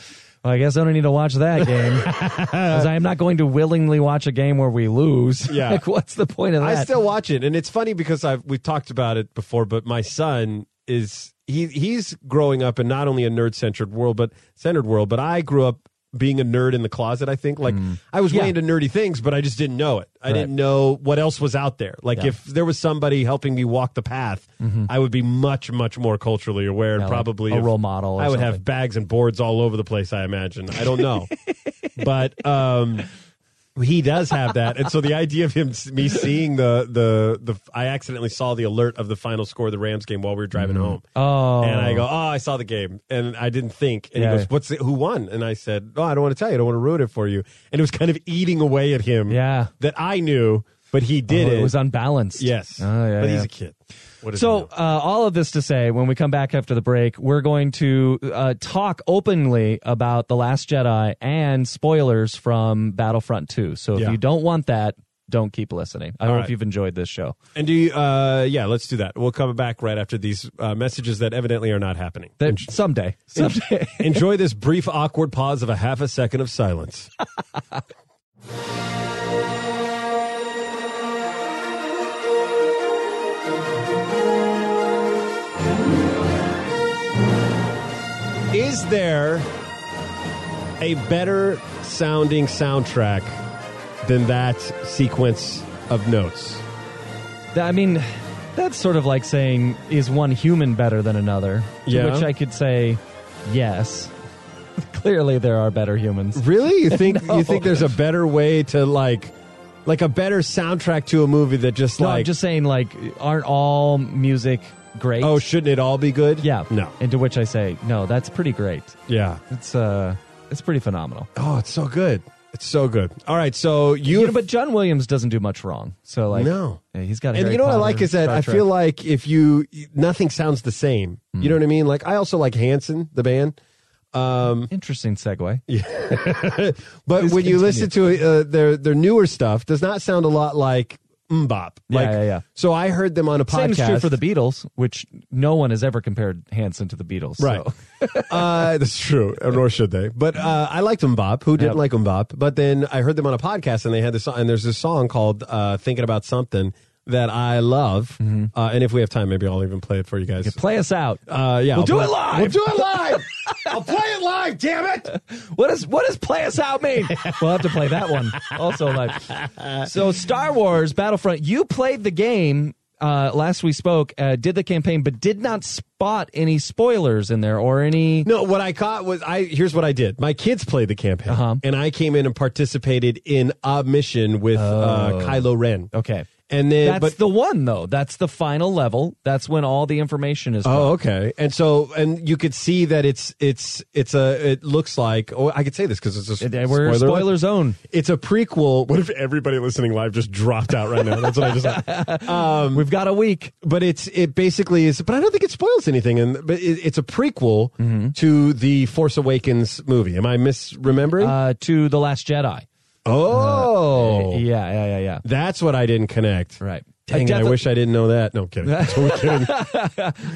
Speaker 2: Well, I guess I don't need to watch that game 'Cause I am not going to willingly watch a game where we lose.
Speaker 1: Yeah.
Speaker 2: like, what's the point of that?
Speaker 1: I still watch it, and it's funny because I've we've talked about it before. But my son is he he's growing up in not only a nerd centered world, but centered world. But I grew up being a nerd in the closet. I think like
Speaker 2: Mm.
Speaker 1: I was way
Speaker 2: Yeah.
Speaker 1: into nerdy things, but I just didn't know it. I didn't know what else was out there. Like
Speaker 2: Yeah. Mm-hmm.
Speaker 1: if there was somebody helping me walk the path, I would be much much more culturally aware and
Speaker 2: Yeah, like
Speaker 1: probably
Speaker 2: a
Speaker 1: if-
Speaker 2: role model or
Speaker 1: I would
Speaker 2: something.
Speaker 1: have bags and boards all over the place. I imagine. I don't know, but. um he does have that, and so the idea of him, me seeing the the the, I accidentally saw the alert of the final score of the Rams game while we were driving home.
Speaker 2: Oh.
Speaker 1: and I go, oh, I saw the game, and I didn't think. And
Speaker 2: Yeah.
Speaker 1: he goes, what's the, who won? And I said, oh, I don't want to tell you. I don't want to ruin it for you. And it was kind of eating away at him.
Speaker 2: Yeah.
Speaker 1: that I knew, but he did
Speaker 2: Oh,
Speaker 1: it.
Speaker 2: it was unbalanced.
Speaker 1: yes,
Speaker 2: Oh, yeah,
Speaker 1: but
Speaker 2: yeah.
Speaker 1: he's a kid. What does he
Speaker 2: So,
Speaker 1: know?
Speaker 2: uh, all of this to say, when we come back after the break, we're going to uh, talk openly about The Last Jedi and spoilers from Battlefront 2. So, if
Speaker 1: Yeah.
Speaker 2: you don't want that, don't keep listening. I hope
Speaker 1: right.
Speaker 2: you've enjoyed this show.
Speaker 1: and do you, uh, yeah, let's do that. We'll come back right after these uh, messages that evidently are not happening.
Speaker 2: That, someday. Someday.
Speaker 1: Enjoy this brief, awkward pause of a half a second of silence. Is there a better sounding soundtrack than that sequence of notes?
Speaker 2: That- I mean, that's sort of like saying, is one human better than another? To
Speaker 1: Yeah.
Speaker 2: which I could say, yes. Clearly, there are better humans.
Speaker 1: Really? You think you think there's a better way to like like a better soundtrack to a movie that just
Speaker 2: No,
Speaker 1: like
Speaker 2: I'm just saying, like, aren't all music great?
Speaker 1: Oh, shouldn't it all be good?
Speaker 2: Yeah.
Speaker 1: No.
Speaker 2: And to which I say, no, that's pretty great.
Speaker 1: Yeah.
Speaker 2: It's uh it's pretty phenomenal.
Speaker 1: Oh, it's so good. It's so good. All right. So you,
Speaker 2: You know, but John Williams doesn't do much wrong. So like
Speaker 1: No.
Speaker 2: yeah, he's got a
Speaker 1: and
Speaker 2: Harry
Speaker 1: you know what I
Speaker 2: Potter,
Speaker 1: like is that
Speaker 2: Star
Speaker 1: I
Speaker 2: Trek. Hmm.
Speaker 1: feel like if you nothing sounds the same. You know what I mean? Like I also like Hanson, the band.
Speaker 2: interesting segue.
Speaker 1: But
Speaker 2: Please
Speaker 1: when you
Speaker 2: continue.
Speaker 1: listen to uh, their their newer stuff, does not sound a lot like Mbop.
Speaker 2: Yeah,
Speaker 1: Like,
Speaker 2: yeah, yeah.
Speaker 1: So I heard them on a
Speaker 2: Same
Speaker 1: podcast.
Speaker 2: is true for the Beatles, which no one has ever compared Hanson to the Beatles. so-
Speaker 1: Right. uh, that's true, nor should they. But uh, I liked Mbop. Who didn't
Speaker 2: Yep.
Speaker 1: like Mbop? But then I heard them on a podcast, and they had this, and there's this song called uh, "Thinking About Something" that I love.
Speaker 2: Mm-hmm.
Speaker 1: Uh, and if we have time, maybe I'll even play it for you guys.
Speaker 2: Play us out.
Speaker 1: uh, yeah,
Speaker 2: We'll
Speaker 1: I'll
Speaker 2: do
Speaker 1: play-
Speaker 2: it live!
Speaker 1: We'll do it live. I'll play it live. Damn it!
Speaker 2: What does what does play us out mean? we'll have to play that one also live. So Star Wars Battlefront, you played the game uh, last we spoke, uh, did the campaign, but did not spot any spoilers in there or any.
Speaker 1: No, what I caught was I. Here's what I did. My kids played the campaign,
Speaker 2: Uh-huh.
Speaker 1: and I came in and participated in a mission with uh, Kylo Ren.
Speaker 2: Oh. Okay,
Speaker 1: And then,
Speaker 2: that's
Speaker 1: but
Speaker 2: the one though. That's the final level. That's when all the information is.
Speaker 1: Oh, okay. And so, and you could see that it's it's it's a it looks like. Oh, I could say this because it's a
Speaker 2: dropped. we're
Speaker 1: spoiler.
Speaker 2: spoiler zone.
Speaker 1: It's a prequel. What if everybody listening live just dropped out right now? That's what I just.
Speaker 2: We've got a week.
Speaker 1: Um, but it's it basically is. But I don't think it spoils anything. And but it, it's a prequel
Speaker 2: Mm-hmm.
Speaker 1: to the Force Awakens movie. Am I misremembering?
Speaker 2: Uh, to the Last Jedi.
Speaker 1: oh,
Speaker 2: Yeah, yeah, yeah, yeah.
Speaker 1: that's what I didn't connect.
Speaker 2: Right.
Speaker 1: Dang,
Speaker 2: I
Speaker 1: it, I
Speaker 2: defi-
Speaker 1: wish I didn't know that. No I'm kidding. Totally kidding.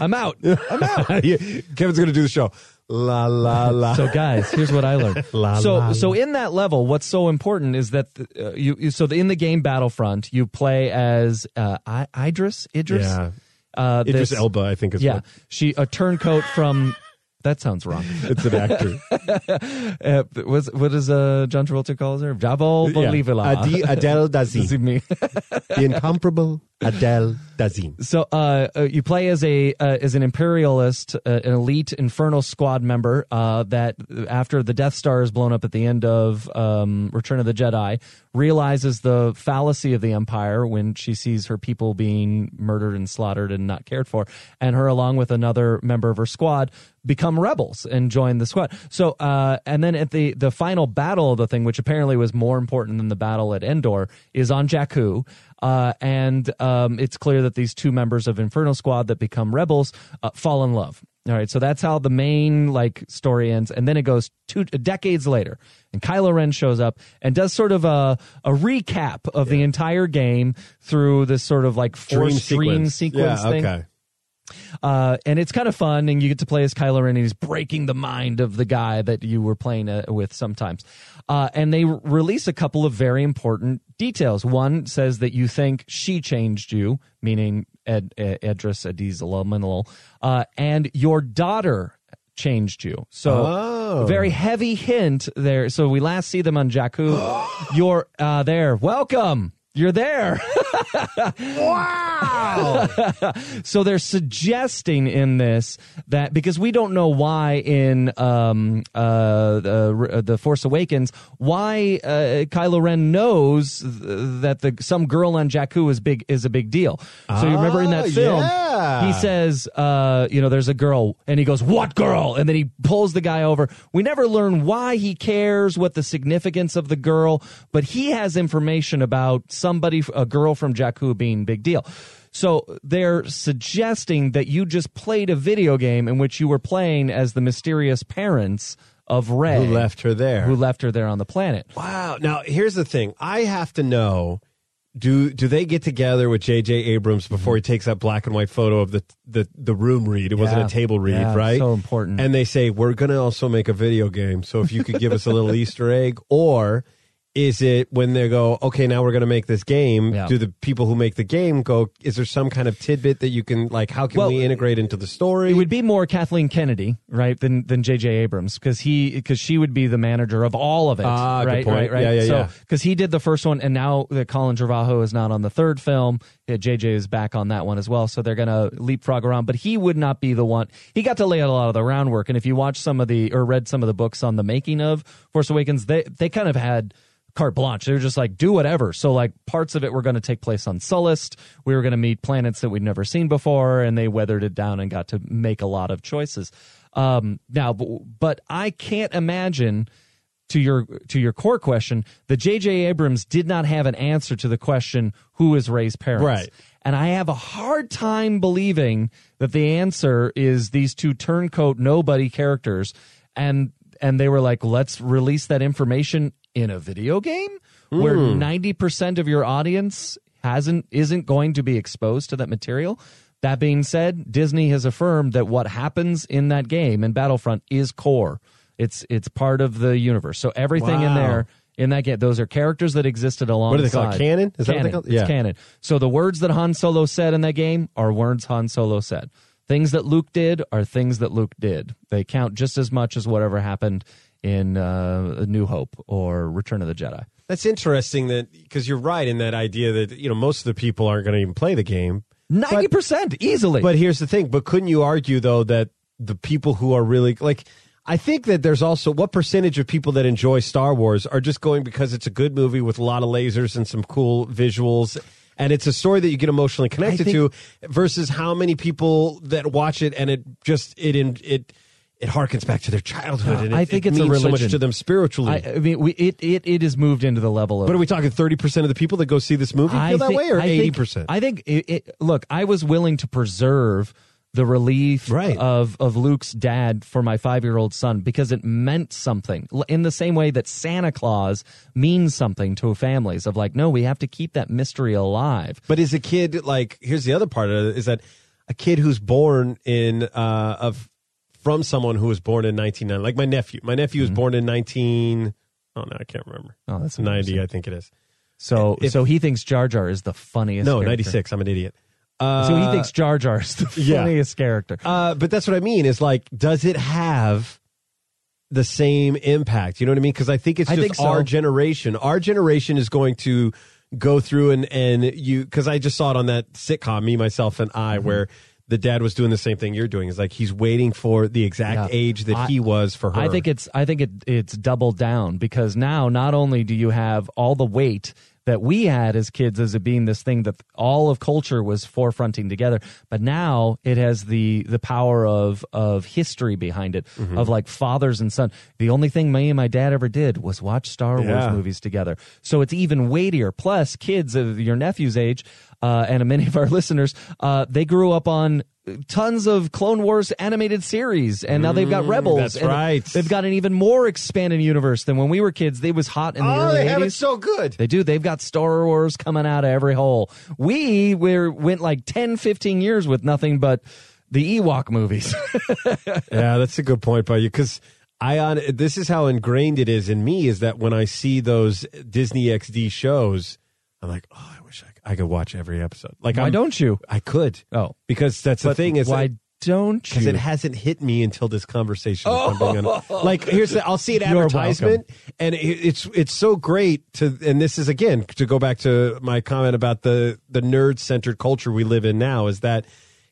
Speaker 2: I'm out. I'm out.
Speaker 1: Yeah, Kevin's gonna do the show. La la la.
Speaker 2: So guys, here's what I learned.
Speaker 1: La,
Speaker 2: so
Speaker 1: la,
Speaker 2: so in that level, what's so important is that uh, you, you so in the game Battlefront, you play as uh, I, Idris Idris.
Speaker 1: Yeah.
Speaker 2: Uh,
Speaker 1: Idris
Speaker 2: this-
Speaker 1: Elba, I think is
Speaker 2: Yeah,
Speaker 1: what-
Speaker 2: she a turncoat from That sounds wrong.
Speaker 1: It's an actor.
Speaker 2: uh, what's, what does uh, John Travolta calls her? Jabo
Speaker 1: Yeah.
Speaker 2: Bolivila.
Speaker 4: Adi- Adele
Speaker 2: This is
Speaker 4: Dazim.
Speaker 2: me.
Speaker 4: the incomparable Adele Dazim.
Speaker 2: So uh, uh, you play as a uh, as an imperialist, uh, an elite infernal squad member uh, that after the Death Star is blown up at the end of um, Return of the Jedi, realizes the fallacy of the Empire when she sees her people being murdered and slaughtered and not cared for, and her along with another member of her squad become rebels and join the squad. So uh, and then at the the final battle of the thing, which apparently was more important than the battle at Endor, is on Jakku. Uh, and um, it's clear that these two members of Inferno Squad that become rebels uh, fall in love. All right, so that's how the main like story ends, and then it goes two uh, decades later, and Kylo Ren shows up and does sort of a a recap of the entire game through this sort of like four
Speaker 1: Dream
Speaker 2: dream
Speaker 1: sequence.
Speaker 2: sequence,
Speaker 1: yeah,
Speaker 2: thing.
Speaker 1: okay.
Speaker 2: Uh, and it's kind of fun, and you get to play as Kylo Ren, and he's breaking the mind of the guy that you were playing uh, with sometimes. Uh, and they re- release a couple of very important details. One says that you think she changed you, meaning Ed, Ed, Edris Adiz Alaminal, uh, and your daughter changed you. So
Speaker 1: Oh.
Speaker 2: very heavy hint there. So we last see them on Jakku. You're uh, there. Welcome. You're there. So they're suggesting in this that because we don't know why in um, uh, the, the Force Awakens why uh, Kylo Ren knows th- that the some girl on Jakku is big is a big deal. So you remember in that
Speaker 4: Ah,
Speaker 2: film,
Speaker 4: yeah.
Speaker 2: he says, uh, you know, there's a girl, and he goes, "What girl?" And then he pulls the guy over. We never learn why he cares, what the significance of the girl, but he has information about somebody, a girl from Jakku, being big deal. So they're suggesting that you just played a video game in which you were playing as the mysterious parents of Rey,
Speaker 4: Who left her there?
Speaker 2: who left her there on the planet.
Speaker 1: Wow. Now here's the thing. I have to know do do they get together with J.J. Abrams before he takes that black and white photo of the the, the room read? It wasn't
Speaker 2: Mm-hmm. Yeah.
Speaker 1: a table read,
Speaker 2: Yeah,
Speaker 1: right?
Speaker 2: so important.
Speaker 1: And they say we're going to also make a video game. So if you could give us a little Easter egg, or is it when they go, okay, now we're going to make this game?
Speaker 2: Yeah.
Speaker 1: Do the people who make the game go? Is there some kind of tidbit that you can like? How can
Speaker 2: Well,
Speaker 1: we integrate into the story?
Speaker 2: It would be more Kathleen Kennedy, right, than than J.J. Abrams, because he because she would be the manager of all of it,
Speaker 1: Ah, good
Speaker 2: right,
Speaker 1: point.
Speaker 2: right, right.
Speaker 1: Yeah, yeah,
Speaker 2: so
Speaker 1: yeah.
Speaker 2: because he did the first one, and now that Colin Trevorrow is not on the third film, yeah, J.J. is back on that one as well. So they're gonna leapfrog around, but he would not be the one. He got to lay out a lot of the groundwork, and if you watch some of the or read some of the books on the making of Force Awakens, they they kind of had carte blanche. They were just like, do whatever. So like parts of it were going to take place on Sullust. We were going to meet planets that we'd never seen before, and they weathered it down and got to make a lot of choices. Um, now, but, but I can't imagine to your to your core question that J.J. Abrams did not have an answer to the question who is Ray's parents.
Speaker 1: Right.
Speaker 2: And I have a hard time believing that the answer is these two turncoat nobody characters, and and they were like, let's release that information in a video game where ninety percent of your audience hasn't isn't going to be exposed to that material. That being said, Disney has affirmed that what happens in that game in Battlefront is core. It's it's part of the universe. So everything
Speaker 1: Wow.
Speaker 2: in there in that game, those are characters that existed along.
Speaker 1: What do they call it? Canon? Is that what they
Speaker 2: canon.
Speaker 1: call it?
Speaker 2: It's
Speaker 1: Yeah.
Speaker 2: canon. So the words that Han Solo said in that game are words Han Solo said. Things that Luke did are things that Luke did. They count just as much as whatever happened in uh, A New Hope or Return of the Jedi.
Speaker 1: That's interesting that because you're right in that idea that you know most of the people aren't going to even play the game.
Speaker 2: Ninety percent easily.
Speaker 1: But here's the thing. But couldn't you argue though that the people who are really like, I think that there's also what percentage of people that enjoy Star Wars are just going because it's a good movie with a lot of lasers and some cool visuals. And it's a story that you get emotionally connected
Speaker 2: think-
Speaker 1: to versus how many people that watch it and it just it in it it harkens back to their childhood and it,
Speaker 2: Uh, I think
Speaker 1: it
Speaker 2: it's a
Speaker 1: means so much
Speaker 2: religion.
Speaker 1: to them spiritually.
Speaker 2: I, uh, I mean, we, it, it it is moved into the level of
Speaker 1: but are we talking thirty percent of the people that go see this movie feel that
Speaker 2: think-
Speaker 1: way or
Speaker 2: I think-
Speaker 1: eighty percent?
Speaker 2: I think it, it, look, I was willing to preserve the relief
Speaker 1: Right.
Speaker 2: of of Luke's dad for my 5-year-old son because it meant something. L- In the same way that Santa Claus means something to families of like no, we have to keep that mystery alive.
Speaker 1: But is a kid like? Here's the other part of it: is that a kid who's born in uh of from someone who was born in 1990, like my nephew. My nephew was born in 19. Oh no, I can't remember.
Speaker 2: Mm-hmm. Oh, that's
Speaker 1: 90, I think it is.
Speaker 2: So
Speaker 1: If-
Speaker 2: so he thinks Jar Jar is the funniest
Speaker 1: No,
Speaker 2: character.
Speaker 1: 96. I'm an idiot.
Speaker 2: so he thinks Jar Jar is the
Speaker 1: yeah.
Speaker 2: funniest character.
Speaker 1: Uh, but that's what I mean is like, does it have the same impact? You know what I mean? Because I think it's
Speaker 2: I
Speaker 1: just
Speaker 2: think so.
Speaker 1: our generation. Our generation is going to go through and and you because I just saw it on that sitcom, me, myself, and I,
Speaker 2: Mm-hmm.
Speaker 1: where the dad was doing the same thing you're doing. Is like he's waiting for the exact
Speaker 2: Yeah.
Speaker 1: age that
Speaker 2: I-
Speaker 1: he was for her.
Speaker 2: I think it's I think it it's doubled down because now not only do you have all the weight that we had as kids as it being this thing that all of culture was forefronting together, but now it has the the power of of history behind it,
Speaker 1: Mm-hmm.
Speaker 2: of like fathers and son. The only thing me and my dad ever did was watch Star
Speaker 1: Yeah.
Speaker 2: Wars movies together, so it's even weightier. Plus, kids of your nephew's age. Uh, and many of our listeners, uh, they grew up on tons of Clone Wars animated series, and now they've got Rebels.
Speaker 1: that's
Speaker 2: and
Speaker 1: right.
Speaker 2: They've got an even more expanded universe than when we were kids. They was hot in the
Speaker 1: oh,
Speaker 2: early
Speaker 1: they
Speaker 2: 80s.
Speaker 1: have it so good.
Speaker 2: They do. They've got Star Wars coming out of every hole. We were, went like 10, 15 years with nothing but the Ewok movies.
Speaker 1: yeah, that's a good point by you because I on this is how ingrained it is in me is that when I see those Disney XD shows, I'm like, oh, I wish I could, I could watch every episode. Like,
Speaker 2: Why
Speaker 1: I'm-
Speaker 2: don't you?
Speaker 1: I could.
Speaker 2: Oh.
Speaker 1: because that's the
Speaker 2: But
Speaker 1: thing is
Speaker 2: why don't
Speaker 1: because
Speaker 2: you? Oh.
Speaker 1: it hasn't hit me until this conversation. if I'm being honest. Like here's the, I'll see an
Speaker 2: You're
Speaker 1: advertisement, and it, it's it's so great to. And this is again to go back to my comment about the the nerd centered culture we live in now is that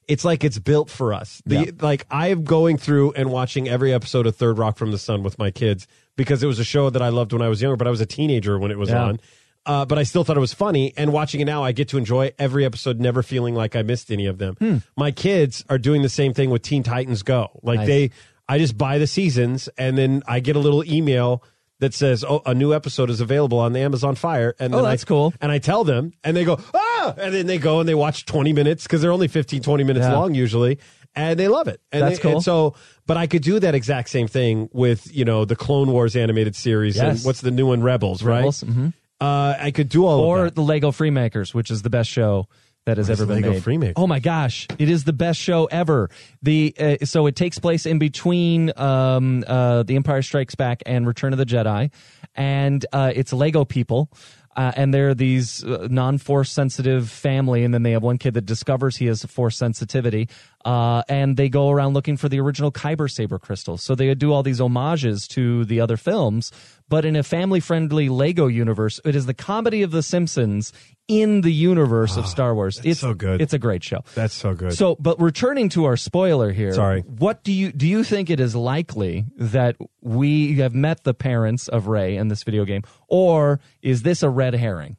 Speaker 1: it's like it's built for us. The, Like I am going through and watching every episode of Third Rock from the Sun with my kids because it was a show that I loved when I was younger, but I was a teenager when it was
Speaker 2: Yeah.
Speaker 1: on. Uh, but I still thought it was funny. And watching it now, I get to enjoy every episode, never feeling like I missed any of them.
Speaker 2: Hmm.
Speaker 1: My kids are doing the same thing with Teen Titans Go. Like
Speaker 2: Nice.
Speaker 1: they, I just buy the seasons, and then I get a little email that says, "Oh, a new episode is available on the Amazon Fire." And
Speaker 2: Oh,
Speaker 1: then
Speaker 2: that's
Speaker 1: I,
Speaker 2: cool.
Speaker 1: And I tell them, and they go, "Ah!" And then they go and they watch twenty minutes because they're only 15, 20 minutes
Speaker 2: Yeah.
Speaker 1: long usually, and they love it. And
Speaker 2: That's
Speaker 1: they- and
Speaker 2: cool.
Speaker 1: so, but I could do that exact same thing with you know the Clone Wars animated series and
Speaker 2: Yes.
Speaker 1: what's the new one, Rebels,
Speaker 2: Rebels,
Speaker 1: right?
Speaker 2: mhm.
Speaker 1: Uh, I could do all
Speaker 2: or
Speaker 1: of that.
Speaker 2: the Lego Freemakers, which is the best show that has
Speaker 1: What is
Speaker 2: ever been
Speaker 1: Lego
Speaker 2: made.
Speaker 1: Freemakers?
Speaker 2: Oh my gosh, it is the best show ever. The uh, so it takes place in between um, uh, The Empire Strikes Back and Return of the Jedi, and uh, it's Lego people. Uh, and they're these uh, non-force sensitive family, and then they have one kid that discovers he has force sensitivity, uh, and they go around looking for the original Kyber saber crystals. So they do all these homages to the other films, but in a family-friendly Lego universe. It is the comedy of The Simpsons in the universe of Star Wars. It's
Speaker 1: Ah, so good.
Speaker 2: It's a great show.
Speaker 1: That's so good.
Speaker 2: So, but returning to our spoiler here.
Speaker 1: Sorry.
Speaker 2: What do you do you think it is likely that we have met the parents of Ray in this video game or is this a red herring?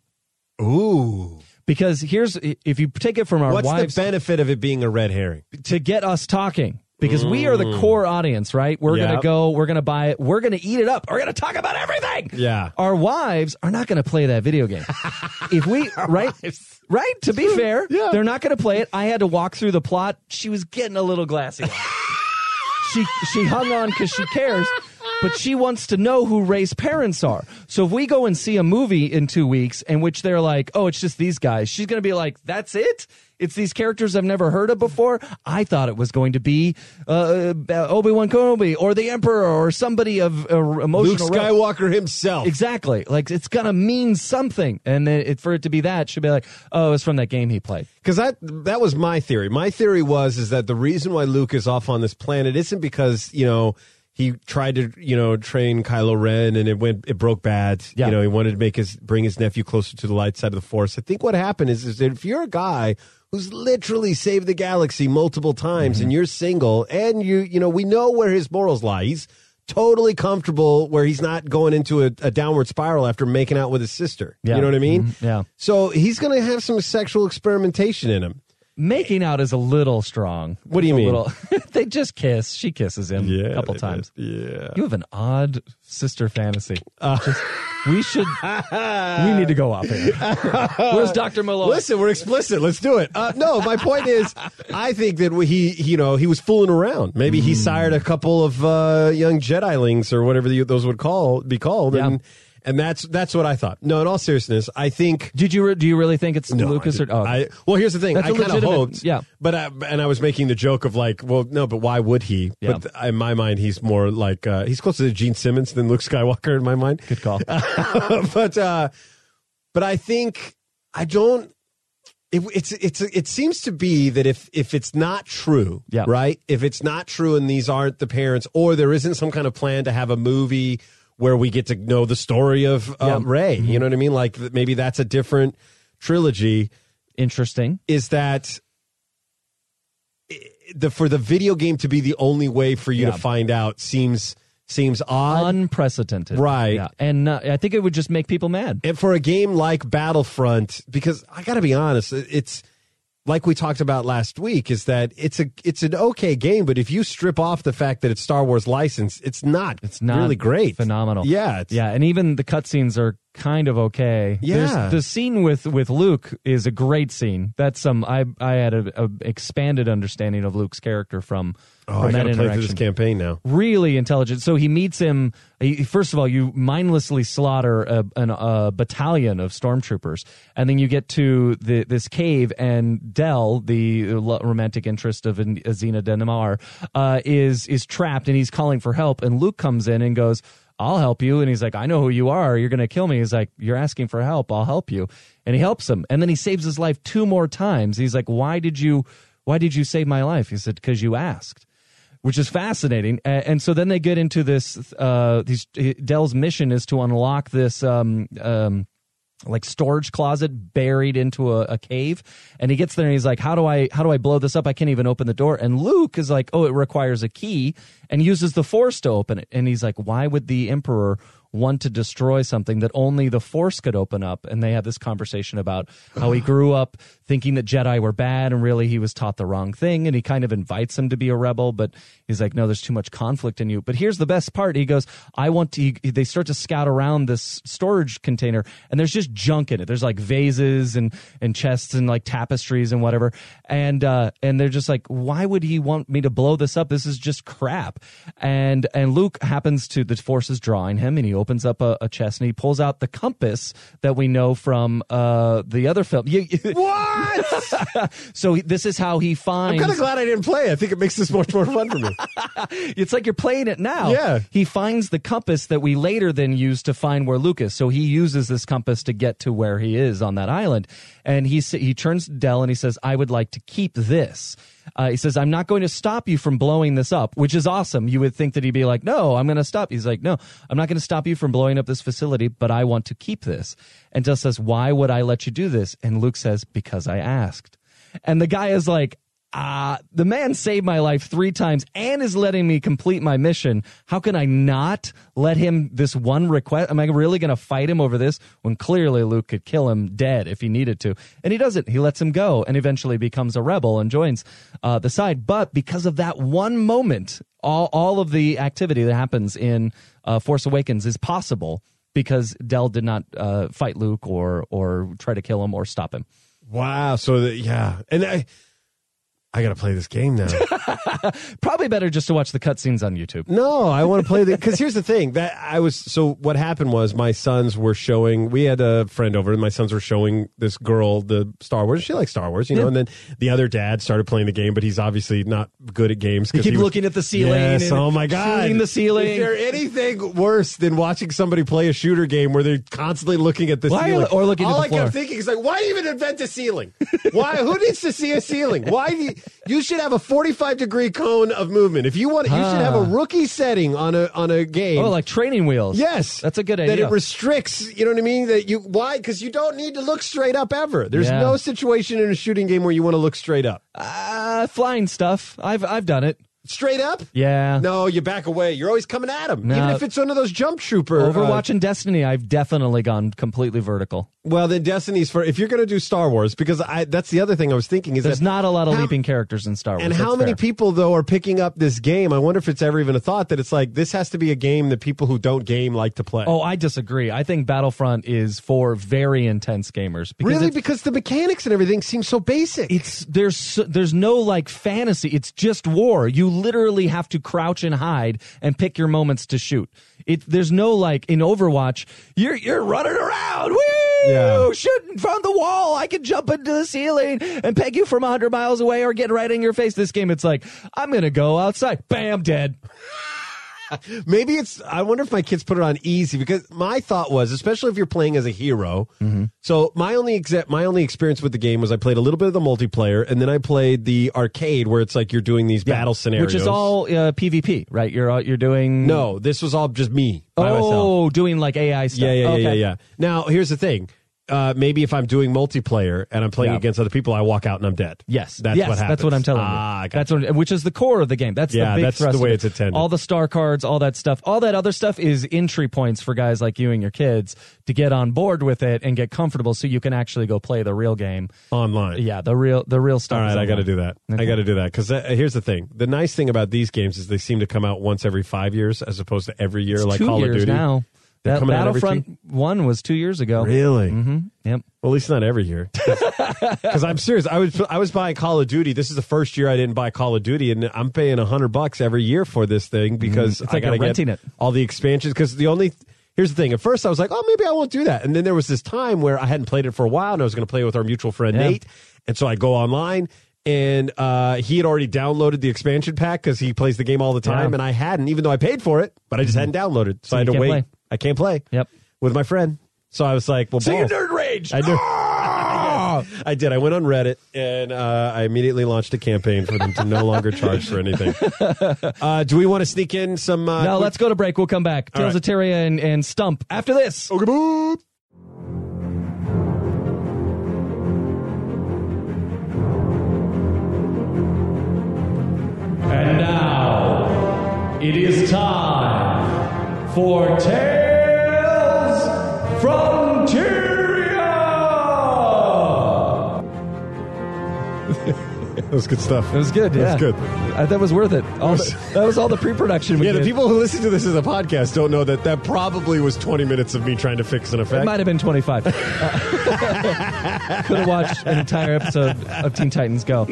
Speaker 1: Ooh.
Speaker 2: Because here's if you take it from our
Speaker 1: What's
Speaker 2: wives
Speaker 1: the benefit of it being a red herring?
Speaker 2: to get us talking because we are
Speaker 1: Mm.
Speaker 2: the core audience, right? We're going
Speaker 1: Yeah.
Speaker 2: to go, we're going to buy it, we're going to eat it up. We're going to talk about everything.
Speaker 1: Yeah.
Speaker 2: Our wives are not going to play that video game. if we, right? Right? To be fair,
Speaker 1: Yeah.
Speaker 2: they're not going to play it. I had to walk through the plot. She was getting a little glassy. she she hung on because she cares, but she wants to know who Ray's parents are. So if we go and see a movie in two weeks in which they're like, "Oh, it's just these guys," she's gonna be like, "That's it." It's these characters I've never heard of before. I thought it was going to be uh, Obi Wan Kenobi or the Emperor or somebody of uh,
Speaker 1: Luke
Speaker 2: emotional. rel-
Speaker 1: Skywalker himself.
Speaker 2: Exactly. Like it's gonna mean something, and then it, for it to be that, she'll be like, "Oh, it's from that game he played."
Speaker 1: because that that was my theory. My theory was is that the reason why Luke is off on this planet isn't because you know he tried to you know train Kylo Ren and it went it broke bad.
Speaker 2: Yeah.
Speaker 1: You know he wanted to make his bring his nephew closer to the light side of the Force. I think what happened is is that if you're a guy who's literally saved the galaxy multiple times and you're single and you you know we know where his morals lie. He's totally comfortable where he's not going into a, a downward spiral after making out with his sister.
Speaker 2: Yeah.
Speaker 1: You know what I mean?
Speaker 2: Mhm. Yeah.
Speaker 1: So he's going to have some sexual experimentation in him.
Speaker 2: Making out is a little strong.
Speaker 1: What do you
Speaker 2: A
Speaker 1: mean?
Speaker 2: little- they just kiss. She kisses him a couple
Speaker 1: they
Speaker 2: times.
Speaker 1: did. Yeah. Uh,
Speaker 2: You have an odd sister fantasy. Just- we should. we need to go off here. Where's Doctor Malone?
Speaker 1: Listen, we're explicit. Let's do it. Uh, no, my point is, I think that he, he, you know, he was fooling around. Maybe
Speaker 2: Mm.
Speaker 1: he sired a couple of uh, young Jedi'lings or whatever the, those would call be called, and and that's that's what I thought. No, in all seriousness, I think
Speaker 2: Did you re- do you really think it's
Speaker 1: No,
Speaker 2: Lucas
Speaker 1: I
Speaker 2: or?
Speaker 1: didn't.
Speaker 2: Oh,
Speaker 1: I- well, here's the thing.
Speaker 2: That's
Speaker 1: I
Speaker 2: a
Speaker 1: kind of
Speaker 2: legitimate-
Speaker 1: hoped.
Speaker 2: yeah.
Speaker 1: But I, and I was making the joke of like, well, no, but why would he?
Speaker 2: Yeah.
Speaker 1: But th- in my mind, he's more like uh, he's closer to Gene Simmons than Luke Skywalker in my mind.
Speaker 2: good call.
Speaker 1: but uh, but I think I don't. It, it's it's it seems to be that if if it's not true,
Speaker 2: Yeah.
Speaker 1: right? If it's not true and these aren't the parents, or there isn't some kind of plan to have a movie where we get to know the story of uh,
Speaker 2: Yeah. Mm-hmm.
Speaker 1: Ray, you know what I mean? Like th- maybe that's a different trilogy.
Speaker 2: Interesting.
Speaker 1: Is that i- the for the video game to be the only way for you
Speaker 2: Yeah.
Speaker 1: to find out seems seems odd.
Speaker 2: Unprecedented.
Speaker 1: Right.
Speaker 2: Yeah. And uh, I think it would just make people mad.
Speaker 1: and for a game like Battlefront, because I got to be honest, it- it's like we talked about last week, is that it's a it's an okay game, but if you strip off the fact that it's Star Wars licensed, it's not.
Speaker 2: It's not
Speaker 1: really great,
Speaker 2: phenomenal.
Speaker 1: Yeah, it's-
Speaker 2: yeah, and even the cutscenes are kind of okay.
Speaker 1: Yeah.
Speaker 2: There's, the scene with with Luke is a great scene. That's some I I had a, a expanded understanding of Luke's character from
Speaker 1: Oh,
Speaker 2: from
Speaker 1: I got to
Speaker 2: that
Speaker 1: play through this
Speaker 2: interaction.
Speaker 1: campaign now.
Speaker 2: Really intelligent. So he meets him. He, first of all, you mindlessly slaughter a, an, a battalion of stormtroopers, and then you get to the, this cave, and Dell, the lo- romantic interest of An- Xena Denimar, uh, is is trapped, and he's calling for help. And Luke comes in and goes, "I'll help you." And he's like, "I know who you are. You're going to kill me." He's like, "You're asking for help. I'll help you." And he helps him, and then he saves his life two more times. He's like, "Why did you? Why did you save my life?" He said, "Because you asked." which is fascinating. A- And so then they get into this. Uh, these Dell's mission is to unlock this um, um, like storage closet buried into a, a cave. And he gets there and he's like, "How do I? How do I blow this up? I can't even open the door." And Luke is like, "Oh, it requires a key," and uses the Force to open it. And he's like, "Why would the Emperor?" want to destroy something that only the force could open up and they have this conversation about how he grew up thinking that jedi were bad and really he was taught the wrong thing and he kind of invites him to be a rebel but he's like no there's too much conflict in you but here's the best part he goes i want to he- they start to scout around this storage container and there's just junk in it there's like vases and and chests and like tapestries and whatever and uh and they're just like why would he want me to blow this up this is just crap and and luke happens to the force is drawing him and he opens up a, a chest and he pulls out the compass that we know from uh the other film You- you-
Speaker 1: What?
Speaker 2: so he, this is how he
Speaker 1: I'm
Speaker 2: finds
Speaker 1: kind of glad I didn't play. I think it makes this much more fun for me.
Speaker 2: it's like you're playing it now.
Speaker 1: Yeah.
Speaker 2: He finds the compass that we later then use to find where Luke is. So he uses this compass to get to where he is on that island. And he s- he turns to Dell and he says, "I would like to keep this." Uh, he says, "I'm not going to stop you from blowing this up," which is awesome. You would think that he'd be like, "No, I'm going to stop." He's like, "No, I'm not going to stop you from blowing up this facility, but I want to keep this." And Dell says, "Why would I let you do this?" And Luke says, "Because I asked." And the guy is like, uh, the man saved my life three times and is letting me complete my mission. How can I not let him this one request? Am I really going to fight him over this when clearly Luke could kill him dead if he needed to? And he doesn't. He lets him go and eventually becomes a rebel and joins uh, the side. But because of that one moment, all, all of the activity that happens in uh, Force Awakens is possible because Dell did not uh, fight Luke or, or try to kill him or stop him.
Speaker 1: wow. So that yeah, and I I got to play this game now.
Speaker 2: Probably better just to watch the cutscenes on YouTube.
Speaker 1: No, I want to play the because here's the thing that I was so what happened was my sons were showing we had a friend over and my sons were showing this girl the Star Wars she likes Star Wars you know and then the other dad started playing the game but he's obviously not good at games because
Speaker 2: keep looking at the ceiling
Speaker 1: Yes,
Speaker 2: and
Speaker 1: oh my god,
Speaker 2: shooting the ceiling.
Speaker 1: Is there anything worse than watching somebody play a shooter game where they're constantly looking at the
Speaker 2: Why are you-
Speaker 1: ceiling
Speaker 2: or looking at
Speaker 1: All
Speaker 2: the
Speaker 1: I
Speaker 2: floor?
Speaker 1: kept thinking is like why even invent a ceiling? Why who needs to see a ceiling? Why do you, you should have a forty five degree cone of movement if you want you should have a
Speaker 2: Huh.
Speaker 1: rookie setting on a on a game.
Speaker 2: Oh, like training wheels.
Speaker 1: yes,
Speaker 2: that's a good
Speaker 1: That
Speaker 2: idea.
Speaker 1: it restricts. You know what I mean? That you why? Because you don't need to look straight up ever. There's
Speaker 2: Yeah.
Speaker 1: no situation in a shooting game where you want to look straight up.
Speaker 2: uh, flying stuff. I've I've done it.
Speaker 1: Straight up?
Speaker 2: Yeah.
Speaker 1: No, you back away. You're always coming at him,
Speaker 2: No.
Speaker 1: even if it's one of those jump trooper. uh,
Speaker 2: Overwatch and Destiny. I've definitely gone completely vertical.
Speaker 1: well, then Destiny's for if you're going to do Star Wars, because I that's the other thing I was thinking is
Speaker 2: There's
Speaker 1: that
Speaker 2: not a lot of
Speaker 1: How-
Speaker 2: leaping characters in Star Wars.
Speaker 1: And
Speaker 2: That's
Speaker 1: how many
Speaker 2: fair.
Speaker 1: people though are picking up this game? I wonder if it's ever even a thought that it's like this has to be a game that people who don't game like to play.
Speaker 2: Oh, I disagree. I think Battlefront is for very intense gamers. Because
Speaker 1: really?
Speaker 2: it's-
Speaker 1: Because the mechanics and everything seem so basic.
Speaker 2: it's there's so- there's no like fantasy. It's just war. You literally have to crouch and hide and pick your moments to shoot. It there's no like in Overwatch. You're you're running around. Woo!
Speaker 1: Yeah.
Speaker 2: Shooting from the wall. I can jump into the ceiling and peg you from hundred miles away or get right in your face. This game, it's like I'm gonna go outside. Bam, dead.
Speaker 1: Maybe it's. I wonder if my kids put it on easy because my thought was, especially if you're playing as a hero.
Speaker 2: Mm-hmm.
Speaker 1: So my only exa- my only experience with the game was I played a little bit of the multiplayer and then I played the arcade where it's like you're doing these battle scenarios,
Speaker 2: which is all uh, PvP, right? You're all- you're doing
Speaker 1: No, this was all just me by myself.
Speaker 2: oh doing like AI stuff.
Speaker 1: Yeah, yeah, yeah,
Speaker 2: Okay.
Speaker 1: yeah, yeah. Now here's the thing. Uh, maybe if I'm doing multiplayer and I'm playing
Speaker 2: Yeah.
Speaker 1: against other people, I walk out and I'm dead.
Speaker 2: Yes,
Speaker 1: that's
Speaker 2: yes,
Speaker 1: what happens.
Speaker 2: That's what I'm telling
Speaker 1: Ah, I
Speaker 2: you.
Speaker 1: got
Speaker 2: That's what, which is the core of the game. That's
Speaker 1: Yeah,
Speaker 2: the big
Speaker 1: that's the
Speaker 2: thrust of
Speaker 1: way
Speaker 2: it.
Speaker 1: it's intended.
Speaker 2: All the star cards, all that stuff, all that other stuff is entry points for guys like you and your kids to get on board with it and get comfortable, so you can actually go play the real game.
Speaker 1: online.
Speaker 2: Yeah, the real the real stuff.
Speaker 1: All right,
Speaker 2: is
Speaker 1: I got to
Speaker 2: online.
Speaker 1: do that. I
Speaker 2: Okay.
Speaker 1: got to do that because uh, here's the thing: the nice thing about these games is they seem to come out once every five years, as opposed to every year
Speaker 2: It's
Speaker 1: like
Speaker 2: two
Speaker 1: Call
Speaker 2: years
Speaker 1: of Duty.
Speaker 2: now.
Speaker 1: They're
Speaker 2: That
Speaker 1: coming out every
Speaker 2: Battlefront One was two years ago.
Speaker 1: Really?
Speaker 2: hmm Yep.
Speaker 1: Well, at least not every year. Because I'm serious. I was I was buying Call of Duty. This is the first year I didn't buy Call of Duty, and I'm paying hundred bucks every year for this thing because
Speaker 2: Mm, It's
Speaker 1: I
Speaker 2: like
Speaker 1: gotta
Speaker 2: you're renting
Speaker 1: get
Speaker 2: it.
Speaker 1: all the expansions. Because the only here's the thing. At first, I was like, oh, maybe I won't do that. And then there was this time where I hadn't played it for a while, and I was going to play with our mutual friend
Speaker 2: Yeah.
Speaker 1: Nate, and so I go online. And uh, he had already downloaded the expansion pack because he plays the game all the time,
Speaker 2: Yeah. Mm-hmm.
Speaker 1: and I hadn't, even though I paid for it, but I just hadn't downloaded, so, I had
Speaker 2: you
Speaker 1: to
Speaker 2: can't
Speaker 1: wait.
Speaker 2: play.
Speaker 1: I can't play.
Speaker 2: Yep.
Speaker 1: with my friend. So I was like, well,
Speaker 2: you
Speaker 1: balls.
Speaker 2: nerd raged.
Speaker 1: I did. I did. I went on Reddit and uh, I immediately launched a campaign for them to no longer charge for anything. Uh, do we want to sneak in some? Uh,
Speaker 2: Now let's go to break. We'll come back.
Speaker 1: All
Speaker 2: Tales
Speaker 1: right.
Speaker 2: of Terria and, and Stump after this.
Speaker 1: Okay, boop.
Speaker 2: And now it is time for Tales from Tyria.
Speaker 1: That was good stuff.
Speaker 2: It was good.
Speaker 1: That
Speaker 2: Yeah,
Speaker 1: was good.
Speaker 2: I, that was worth it. All the- that was all the pre-production. We
Speaker 1: Yeah, the
Speaker 2: did.
Speaker 1: people who listen to this as a podcast don't know that that probably was 20 minutes of me trying to fix an
Speaker 2: It
Speaker 1: effect.
Speaker 2: might have been 25. Could have watched an entire episode of Teen Titans Go.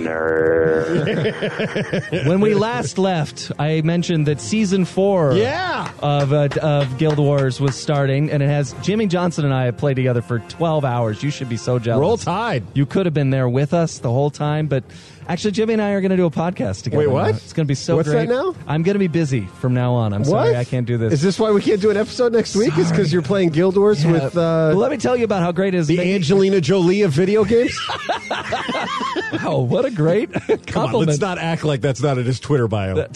Speaker 2: when we last left, I mentioned that season four
Speaker 1: Yeah.
Speaker 2: of, uh, of Guild Wars was starting, and it has Jimmy Johnson and I have played together for 12 hours. You should be so jealous.
Speaker 1: Roll Tide.
Speaker 2: You could have been there with us the whole time, but actually, Jimmy and I are going to do a podcast together.
Speaker 1: Wait, what?
Speaker 2: now. It's going to be so
Speaker 1: What's
Speaker 2: great.
Speaker 1: that now?
Speaker 2: I'm going to be busy from now on. I'm sorry, I can't do this.
Speaker 1: Is this why we can't do an episode next week? Is because you're playing Guild Wars
Speaker 2: Yeah.
Speaker 1: with uh,
Speaker 2: Let me tell you about how great it is.
Speaker 1: the
Speaker 2: Maybe-
Speaker 1: Angelina Jolie of video games?
Speaker 2: Wow, what a great
Speaker 1: Come on,
Speaker 2: compliment.
Speaker 1: let's not act like that's not in his Twitter bio.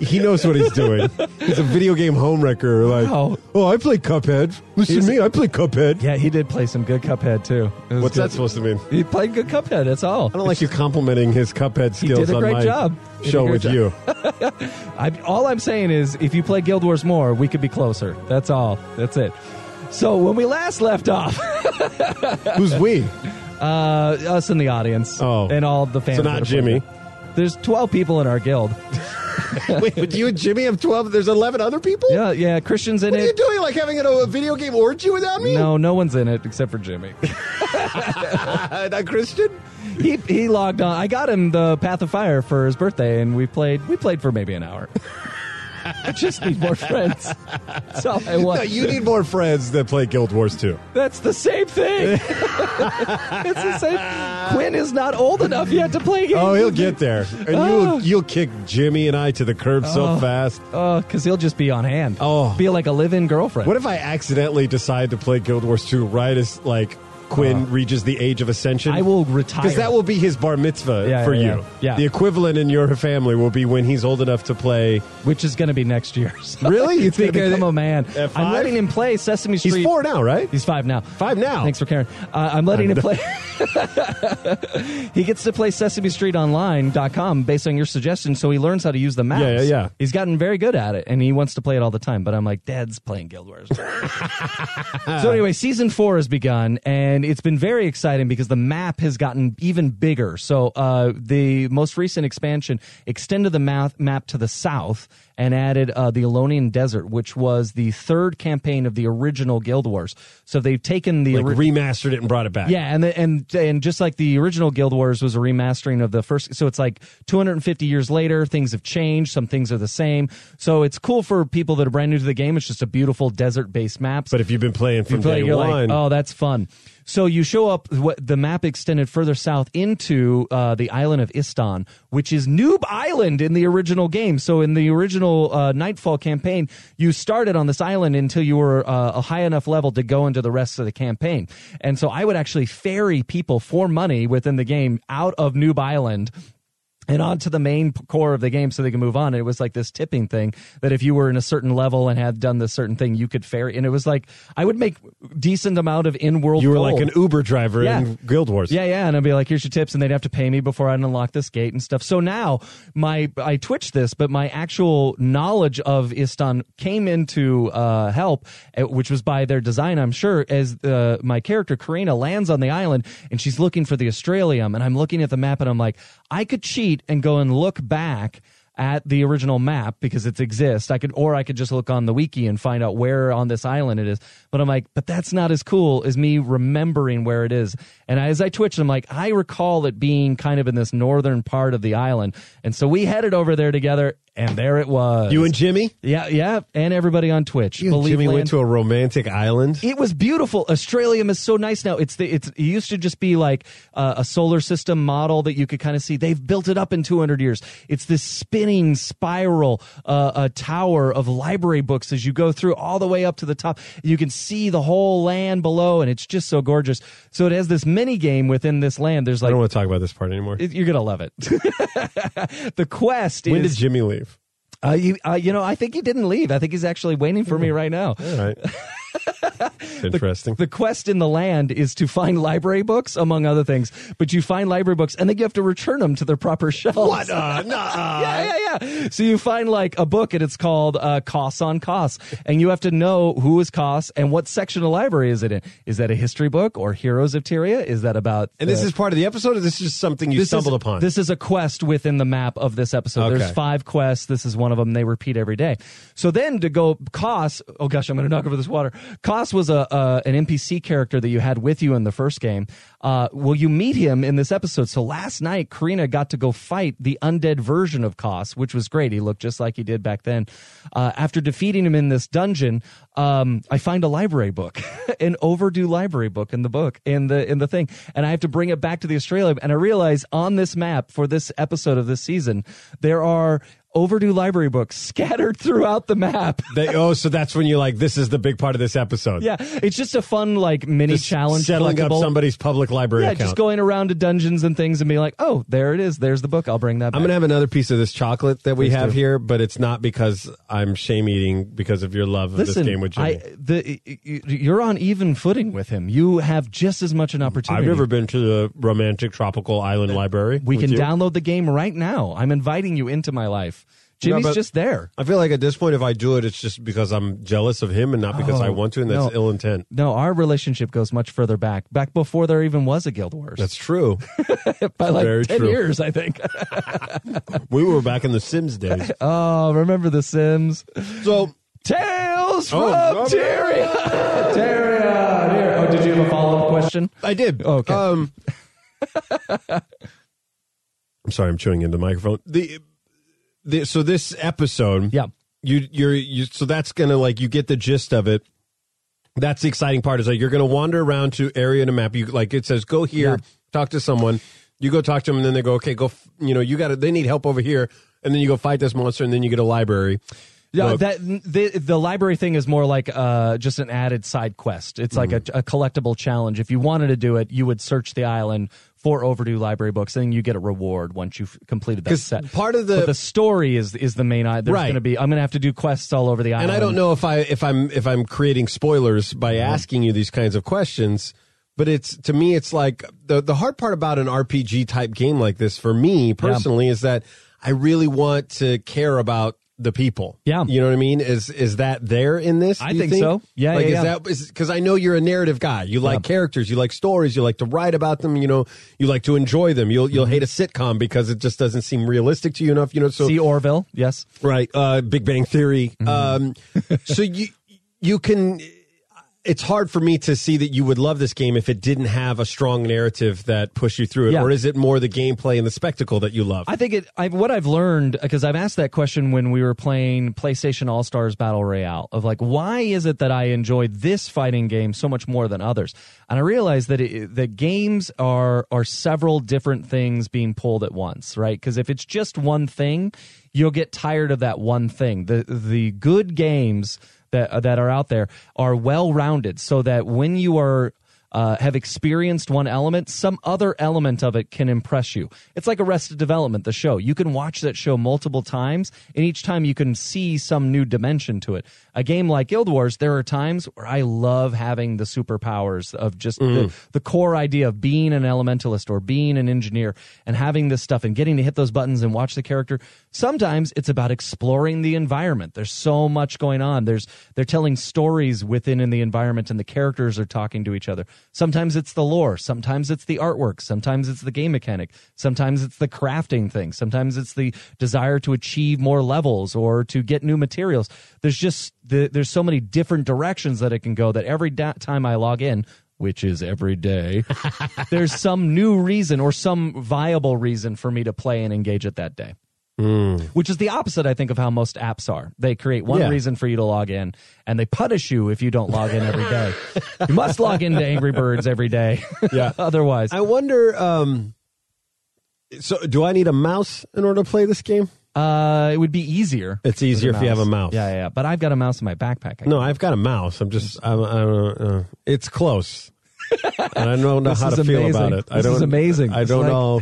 Speaker 1: he knows what he's doing. He's a video game homewrecker. Like,
Speaker 2: Wow.
Speaker 1: oh, I play Cuphead. Listen
Speaker 2: He's-
Speaker 1: to me, I play Cuphead.
Speaker 2: yeah, he did play some good Cuphead too. It was
Speaker 1: What's
Speaker 2: good.
Speaker 1: that supposed to mean?
Speaker 2: He played good Cuphead. That's all.
Speaker 1: I don't like you complimenting his Cuphead
Speaker 2: He did
Speaker 1: skills
Speaker 2: a great
Speaker 1: on my
Speaker 2: job. He did
Speaker 1: show
Speaker 2: a great
Speaker 1: with
Speaker 2: job.
Speaker 1: you.
Speaker 2: I, all I'm saying is, if you play Guild Wars more, we could be closer. That's all. That's it. So when we last left off,
Speaker 1: Who's we?
Speaker 2: uh, us in the audience,
Speaker 1: Oh.
Speaker 2: and all the fans.
Speaker 1: So not
Speaker 2: that are playing.
Speaker 1: Jimmy.
Speaker 2: There's 12 people in our guild.
Speaker 1: Wait, but you and Jimmy have 12, there's 11 other people?
Speaker 2: Yeah, yeah. Christian's in
Speaker 1: What are you
Speaker 2: it.
Speaker 1: doing? Like having a, a video game orgy without me?
Speaker 2: No, no one's in it except for Jimmy.
Speaker 1: Not Christian?
Speaker 2: he he logged on. I got him the Path of Fire for his birthday, and we played we played for maybe an hour. I just need more friends. That's all I want.
Speaker 1: No, you need more friends that play Guild Wars too.
Speaker 2: That's the same thing. it's the same. Quinn is not old enough yet to play games.
Speaker 1: Oh, he'll get there. And
Speaker 2: Ah.
Speaker 1: you'll, you'll kick Jimmy and I to the curb so fast.
Speaker 2: because Oh, he'll just be on hand.
Speaker 1: Oh.
Speaker 2: be like a live-in girlfriend.
Speaker 1: What if I accidentally decide to play Guild Wars 2 right as like Quinn reaches the age of ascension?
Speaker 2: Uh, I will retire.
Speaker 1: Because that will be his bar mitzvah
Speaker 2: Yeah,
Speaker 1: for
Speaker 2: yeah,
Speaker 1: you.
Speaker 2: yeah. Yeah.
Speaker 1: The equivalent in your family will be when he's old enough to play.
Speaker 2: which is going to be next year. So
Speaker 1: Really? You
Speaker 2: he's
Speaker 1: think
Speaker 2: going to
Speaker 1: at-
Speaker 2: become a man?
Speaker 1: at five?
Speaker 2: I'm letting him play Sesame Street.
Speaker 1: He's four now, right?
Speaker 2: He's five now.
Speaker 1: Five now.
Speaker 2: Thanks for caring. Uh, I'm letting him play. he gets to play Sesame Street Online.com based on your suggestion, so he learns how to use the mouse.
Speaker 1: Yeah, yeah, yeah.
Speaker 2: He's gotten very good at it, and he wants to play it all the time. But I'm like, Dad's playing Guild Wars. so anyway, season four has begun, and it's been very exciting because the map has gotten even bigger. So uh, the most recent expansion extended the map, map to the south and added uh, the Elonian Desert, which was the third campaign of the original Guild Wars. So they've taken the
Speaker 1: like
Speaker 2: ori-
Speaker 1: remastered it and brought it back.
Speaker 2: yeah, and the, and and just like the original Guild Wars was a remastering of the first, so it's like 250 years later, things have changed. Some things are the same, so it's cool for people that are brand new to the game. It's just a beautiful desert-based map.
Speaker 1: But if you've been playing from
Speaker 2: You play,
Speaker 1: day
Speaker 2: you're
Speaker 1: one,
Speaker 2: like, oh, that's fun. So you show up what the map extended further south into uh, the island of Istan, which is Noob Island in the original game. So in the original uh, Nightfall campaign, you started on this island until you were uh, a high enough level to go into the rest of the campaign. And so I would actually ferry people for money within the game out of Noob Island and onto the main p- core of the game so they can move on. And it was like this tipping thing that if you were in a certain level and had done this certain thing, you could ferry. And it was like, I would make decent amount of in-world
Speaker 1: You were
Speaker 2: gold.
Speaker 1: like an Uber driver in
Speaker 2: Yeah.
Speaker 1: Guild Wars.
Speaker 2: Yeah, yeah, and I'd be like, "Here's your tips," and they'd have to pay me before I'd unlock this gate and stuff. So now my I twitched this, but my actual knowledge of Istan came into uh, help, eh, which was by their design, I'm sure. As uh, my character Karina lands on the island and she's looking for the Australium, and I'm looking at the map and I'm like, I could cheat and go and look back at the original map because it exists. I could, or I could just look on the wiki and find out where on this island it is. But I'm like, but that's not as cool as me remembering where it is. And as I twitched, I'm like, I recall it being kind of in this northern part of the island. And so we headed over there together, and there it was.
Speaker 1: You and Jimmy?
Speaker 2: yeah, yeah, and everybody on Twitch.
Speaker 1: You and
Speaker 2: Believe
Speaker 1: Jimmy
Speaker 2: Land-
Speaker 1: went to a romantic island.
Speaker 2: it was beautiful. Australium is so nice now. It's the it's it used to just be like uh, a solar system model that you could kind of see. They've built it up in 200 years. It's this spinning spiral uh, a tower of library books as you go through all the way up to the top. You can see the whole land below, and it's just so gorgeous. So it has this mini game within this land. There's
Speaker 1: I
Speaker 2: like
Speaker 1: don't want to talk about this part anymore.
Speaker 2: it- you're gonna love it. the quest
Speaker 1: when did
Speaker 2: is
Speaker 1: Jimmy leave?
Speaker 2: uh, you uh, you know I think he didn't leave. I think he's actually waiting for me right now.
Speaker 1: All right. It's interesting.
Speaker 2: The quest in the land is to find library books, among other things. But you find library books, and then you have to return them to their proper shelves.
Speaker 1: what? Uh, nah.
Speaker 2: Yeah, yeah, yeah. So you find like a book, and it's called uh, "Costs on Costs," and you have to know who is Costs and what section of library is it in. Is that a history book or Heroes of Tyria? Is that about?
Speaker 1: And this
Speaker 2: uh,
Speaker 1: is part of the episode, or this is just something you
Speaker 2: this
Speaker 1: stumbled
Speaker 2: is,
Speaker 1: upon?
Speaker 2: This is a quest within the map of this episode.
Speaker 1: Okay.
Speaker 2: There's five quests. This is one of them. They repeat every day. So then to go, Koss, oh gosh, I'm going to knock over this water. Koss was a uh, an NPC character that you had with you in the first game. Uh, well, you meet him in this episode. So last night, Karina got to go fight the undead version of Koss, which was great. He looked just like he did back then. Uh, after defeating him in this dungeon, um, I find a library book, an overdue library book in the book in the in the thing, and I have to bring it back to the Australia. And I realize on this map for this episode of this season, there are overdue library books scattered throughout the map.
Speaker 1: They, oh, so that's when you're like, this is the big part of this episode.
Speaker 2: Yeah, it's just a fun like mini
Speaker 1: Just
Speaker 2: challenge.
Speaker 1: Settling up
Speaker 2: collectible.
Speaker 1: somebody's public library
Speaker 2: Yeah,
Speaker 1: account.
Speaker 2: just going around to dungeons and things and being like, oh, there it is. There's the book. I'll bring that. back.
Speaker 1: I'm gonna have another piece of this chocolate that we
Speaker 2: Please
Speaker 1: have
Speaker 2: do.
Speaker 1: here, but it's not because I'm shame eating because of your love of
Speaker 2: Listen,
Speaker 1: this game with Jimmy.
Speaker 2: I, the, y- y- you're on even footing with him. You have just as much an opportunity.
Speaker 1: have never been to the romantic tropical island library.
Speaker 2: Uh, We
Speaker 1: with
Speaker 2: can
Speaker 1: you.
Speaker 2: download the game right now. I'm inviting you into my life. Jimmy's
Speaker 1: No, but-
Speaker 2: just there.
Speaker 1: I feel like at this point, if I do it, it's just because I'm jealous of him and not because I
Speaker 2: Oh,
Speaker 1: want to, and that's
Speaker 2: no.
Speaker 1: ill intent.
Speaker 2: No, our relationship goes much further back, back before there even was a Guild Wars.
Speaker 1: That's true.
Speaker 2: by like
Speaker 1: very
Speaker 2: 10
Speaker 1: true.
Speaker 2: years, I think.
Speaker 1: we were back in the Sims days.
Speaker 2: oh, remember The Sims?
Speaker 1: So
Speaker 2: Tales from
Speaker 1: Oh, no.
Speaker 2: Tyria! Tyria! Here. Oh, did you have a follow up question?
Speaker 1: I did.
Speaker 2: Okay.
Speaker 1: Um, I'm sorry, I'm chewing into the microphone. The, the so this episode,
Speaker 2: Yeah.
Speaker 1: you you're you so that's gonna like you get the gist of it. That's the exciting part is like you're gonna wander around to area in a map. You like it says go here,
Speaker 2: Yeah.
Speaker 1: talk to someone. You go talk to them, and then they go okay, go. f- You know, you got to They need help over here, and then you go fight this monster, and then you get a library.
Speaker 2: Yeah,
Speaker 1: Look,
Speaker 2: that the the library thing is more like uh, just an added side quest. It's like
Speaker 1: Mm-hmm.
Speaker 2: a, a collectible challenge. If you wanted to do it, you would search the island for overdue library books, and then you get a reward once you've completed that
Speaker 1: 'Cause
Speaker 2: set.
Speaker 1: part of the-
Speaker 2: but the story is is the main. i- There's
Speaker 1: Right.
Speaker 2: going to be. I'm going to have to do quests all over the island.
Speaker 1: and I don't know if I if I'm if I'm creating spoilers by
Speaker 2: Uh-huh.
Speaker 1: asking you these kinds of questions, but it's to me it's like the the hard part about an RPG type game like this for me personally is that I really want to care about the people.
Speaker 2: Yeah.
Speaker 1: you know what I mean. Is is that there in this?
Speaker 2: I
Speaker 1: do you
Speaker 2: think so. Yeah,
Speaker 1: like
Speaker 2: yeah, yeah.
Speaker 1: is that is because I know you're a narrative guy. You like characters. You like stories. You like to write about them. You know, you like to enjoy them. You'll
Speaker 2: Mm-hmm.
Speaker 1: you'll hate a sitcom because it just doesn't seem realistic to you enough. You know, so
Speaker 2: See Orville? Yes. Mm-hmm.
Speaker 1: right uh big bang theory um so you you can it's hard for me to see that you would love this game if it didn't have a strong narrative that pushed you through it,
Speaker 2: Yeah.
Speaker 1: or is it more the gameplay and the spectacle that you love?
Speaker 2: I think it. I, what I've learned because I've asked that question when we were playing PlayStation All Stars Battle Royale of like, why is it that I enjoyed this fighting game so much more than others? And I realized that it, that games are are several different things being pulled at once, right? Because if it's just one thing, you'll get tired of that one thing. The the good games that that are out there are well rounded, so that when you are uh, have experienced one element, some other element of it can impress you. It's like Arrested Development, the show. You can watch that show multiple times, and each time you can see some new dimension to it. A game like Guild Wars, there are times where I love having the superpowers of just the, the core idea of being an elementalist or being an engineer and having this stuff and getting to hit those buttons and watch the character. Sometimes it's about exploring the environment. There's so much going on. There's they're telling stories within in the environment and the characters are talking to each other. Sometimes it's the lore, sometimes it's the artwork, sometimes it's the game mechanic, sometimes it's the crafting thing, sometimes it's the desire to achieve more levels or to get new materials. There's just the, there's so many different directions that it can go that every da- time I log in which is every day, there's some new reason or some viable reason for me to play and engage it that day. Which is the opposite, I think, of how most apps are. They create one
Speaker 4: Yeah.
Speaker 2: reason for you to log in, and they punish you if you don't log in every day. you must log into Angry Birds every day.
Speaker 1: Yeah.
Speaker 2: Otherwise,
Speaker 1: I wonder. Um, so, do I need a mouse in order to play this game?
Speaker 2: uh, it would be easier.
Speaker 1: It's easier
Speaker 2: with
Speaker 1: if you have a mouse.
Speaker 2: Yeah, yeah. yeah. But I've got a mouse in my backpack. I
Speaker 1: No, I've got a mouse. I'm just. I'm, I don't know. Uh, it's close. And I don't know
Speaker 2: This
Speaker 1: how
Speaker 2: is
Speaker 1: to feel
Speaker 2: amazing.
Speaker 1: about it. I
Speaker 2: This is
Speaker 1: don't,
Speaker 2: amazing.
Speaker 1: I
Speaker 2: It's
Speaker 1: don't
Speaker 2: like-
Speaker 1: know.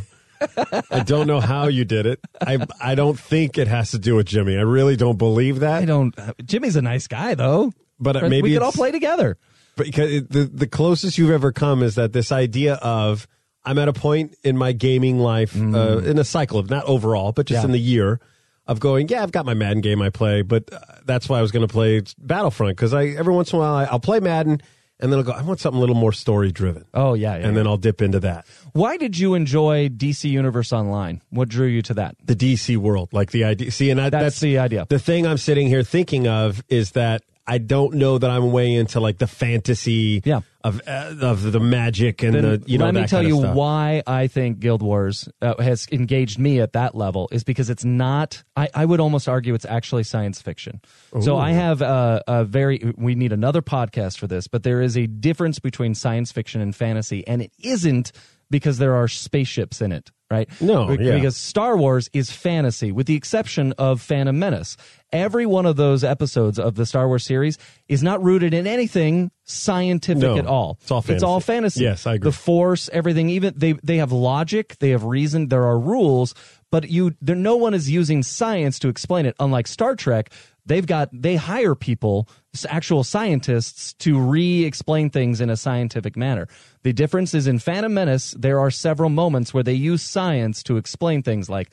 Speaker 1: I don't know how you did it. I I don't think it has to do with Jimmy. I really don't believe that.
Speaker 2: I don't. uh, Jimmy's a nice guy, though.
Speaker 1: But, uh,
Speaker 2: Friends,
Speaker 1: maybe
Speaker 2: we could
Speaker 1: it's-
Speaker 2: all play together.
Speaker 1: because it- the the closest you've ever come is that this idea of I'm at a point in my gaming life uh, in a cycle of not overall, but just
Speaker 2: Mm. Yeah.
Speaker 1: in the year of going. Yeah, I've got my Madden game I play, but uh, that's why I was going to play Battlefront because I every once in a while I, I'll play Madden and then I'll go. I want something a little more story driven,
Speaker 2: Oh yeah, yeah.
Speaker 1: and then I'll dip into that
Speaker 2: Why did you enjoy DC Universe Online? What drew you to that?
Speaker 1: the DC world, like the idea. See, and I,
Speaker 2: That's
Speaker 1: that's
Speaker 2: the idea.
Speaker 1: The thing I'm sitting here thinking of is that I don't know that I'm way into like the fantasy
Speaker 2: Yeah.
Speaker 1: of uh, of the magic and
Speaker 2: Then
Speaker 1: the you know.
Speaker 2: let me
Speaker 1: that
Speaker 2: tell
Speaker 1: kind of
Speaker 2: you
Speaker 1: stuff.
Speaker 2: why I think Guild Wars uh, has engaged me at that level is because it's not. I, I would almost argue it's actually science fiction. So I have a, a very. We need another podcast for this, but there is a difference between science fiction and fantasy, and it isn't because there are spaceships in it, right?
Speaker 1: No,
Speaker 2: Be-
Speaker 1: yeah.
Speaker 2: because Star Wars is fantasy, with the exception of Phantom Menace. Every one of those episodes of the Star Wars series is not rooted in anything scientific
Speaker 1: No,
Speaker 2: at all.
Speaker 1: it's all
Speaker 2: It's all
Speaker 1: fantasy.
Speaker 2: fantasy.
Speaker 1: Yes, I agree.
Speaker 2: The force, everything. Even they they have logic, they have reason. There are rules, but you there no one is using science to explain it. Unlike Star Trek, they've got they hire people, s- actual scientists, to re-explain things in a scientific manner. The difference is in Phantom Menace, there are several moments where they use science to explain things like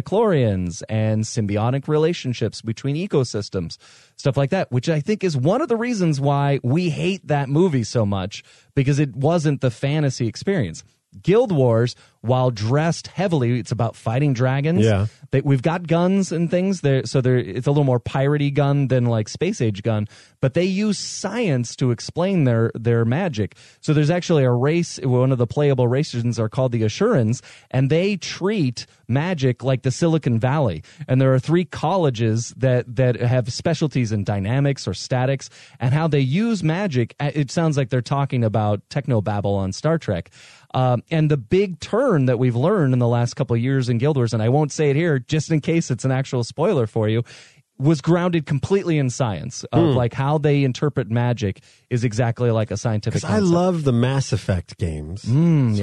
Speaker 2: metachlorians and symbiotic relationships between ecosystems, stuff like that, which I think is one of the reasons why we hate that movie so much because it wasn't the fantasy experience. Guild Wars, while dressed heavily, it's about fighting dragons.
Speaker 1: Yeah.
Speaker 2: They, we've got guns and things there, so there it's a little more piratey gun than like space age gun. But they use science to explain their their magic. So there's actually a race. One of the playable races are called the Assurance, and they treat magic like the Silicon Valley. And there are three colleges that that have specialties in dynamics or statics and how they use magic. Uh, It sounds like they're talking about techno babble on Star Trek. Um, and the big turn that we've learned in the last couple of years in Guild Wars, and I won't say it here just in case it's an actual spoiler for you, was grounded completely in science
Speaker 1: Hmm.
Speaker 2: of like how they interpret magic is exactly like a scientific.
Speaker 1: 'Cause I
Speaker 2: concept. Mm,
Speaker 1: love the Mass Effect games. so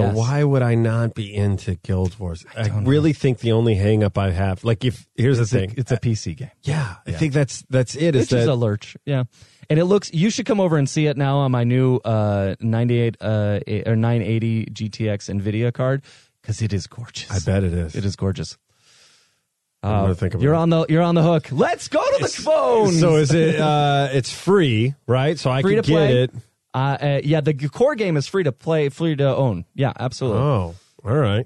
Speaker 2: yes.
Speaker 1: why would I not be into Guild Wars? I, really think the only hang up I have, like if here's the thing,
Speaker 2: it's a PC game.
Speaker 1: yeah, I think that's that's it. Is
Speaker 2: It's just
Speaker 1: that
Speaker 2: a lurch, yeah. And it looks. You should come over and see it now on my new uh, 98 uh, a- or 980 GTX Nvidia card because it is gorgeous.
Speaker 1: I bet it is.
Speaker 2: it is gorgeous.
Speaker 1: I'm gonna think about
Speaker 2: You're
Speaker 1: it.
Speaker 2: on the you're on the hook. Let's go to the phones.
Speaker 1: So is it? uh It's free, right? So I
Speaker 2: free
Speaker 1: can
Speaker 2: to
Speaker 1: get
Speaker 2: play.
Speaker 1: it.
Speaker 2: Uh, uh, yeah, the core game is free to play, free to own. Yeah, absolutely.
Speaker 1: Oh, all right.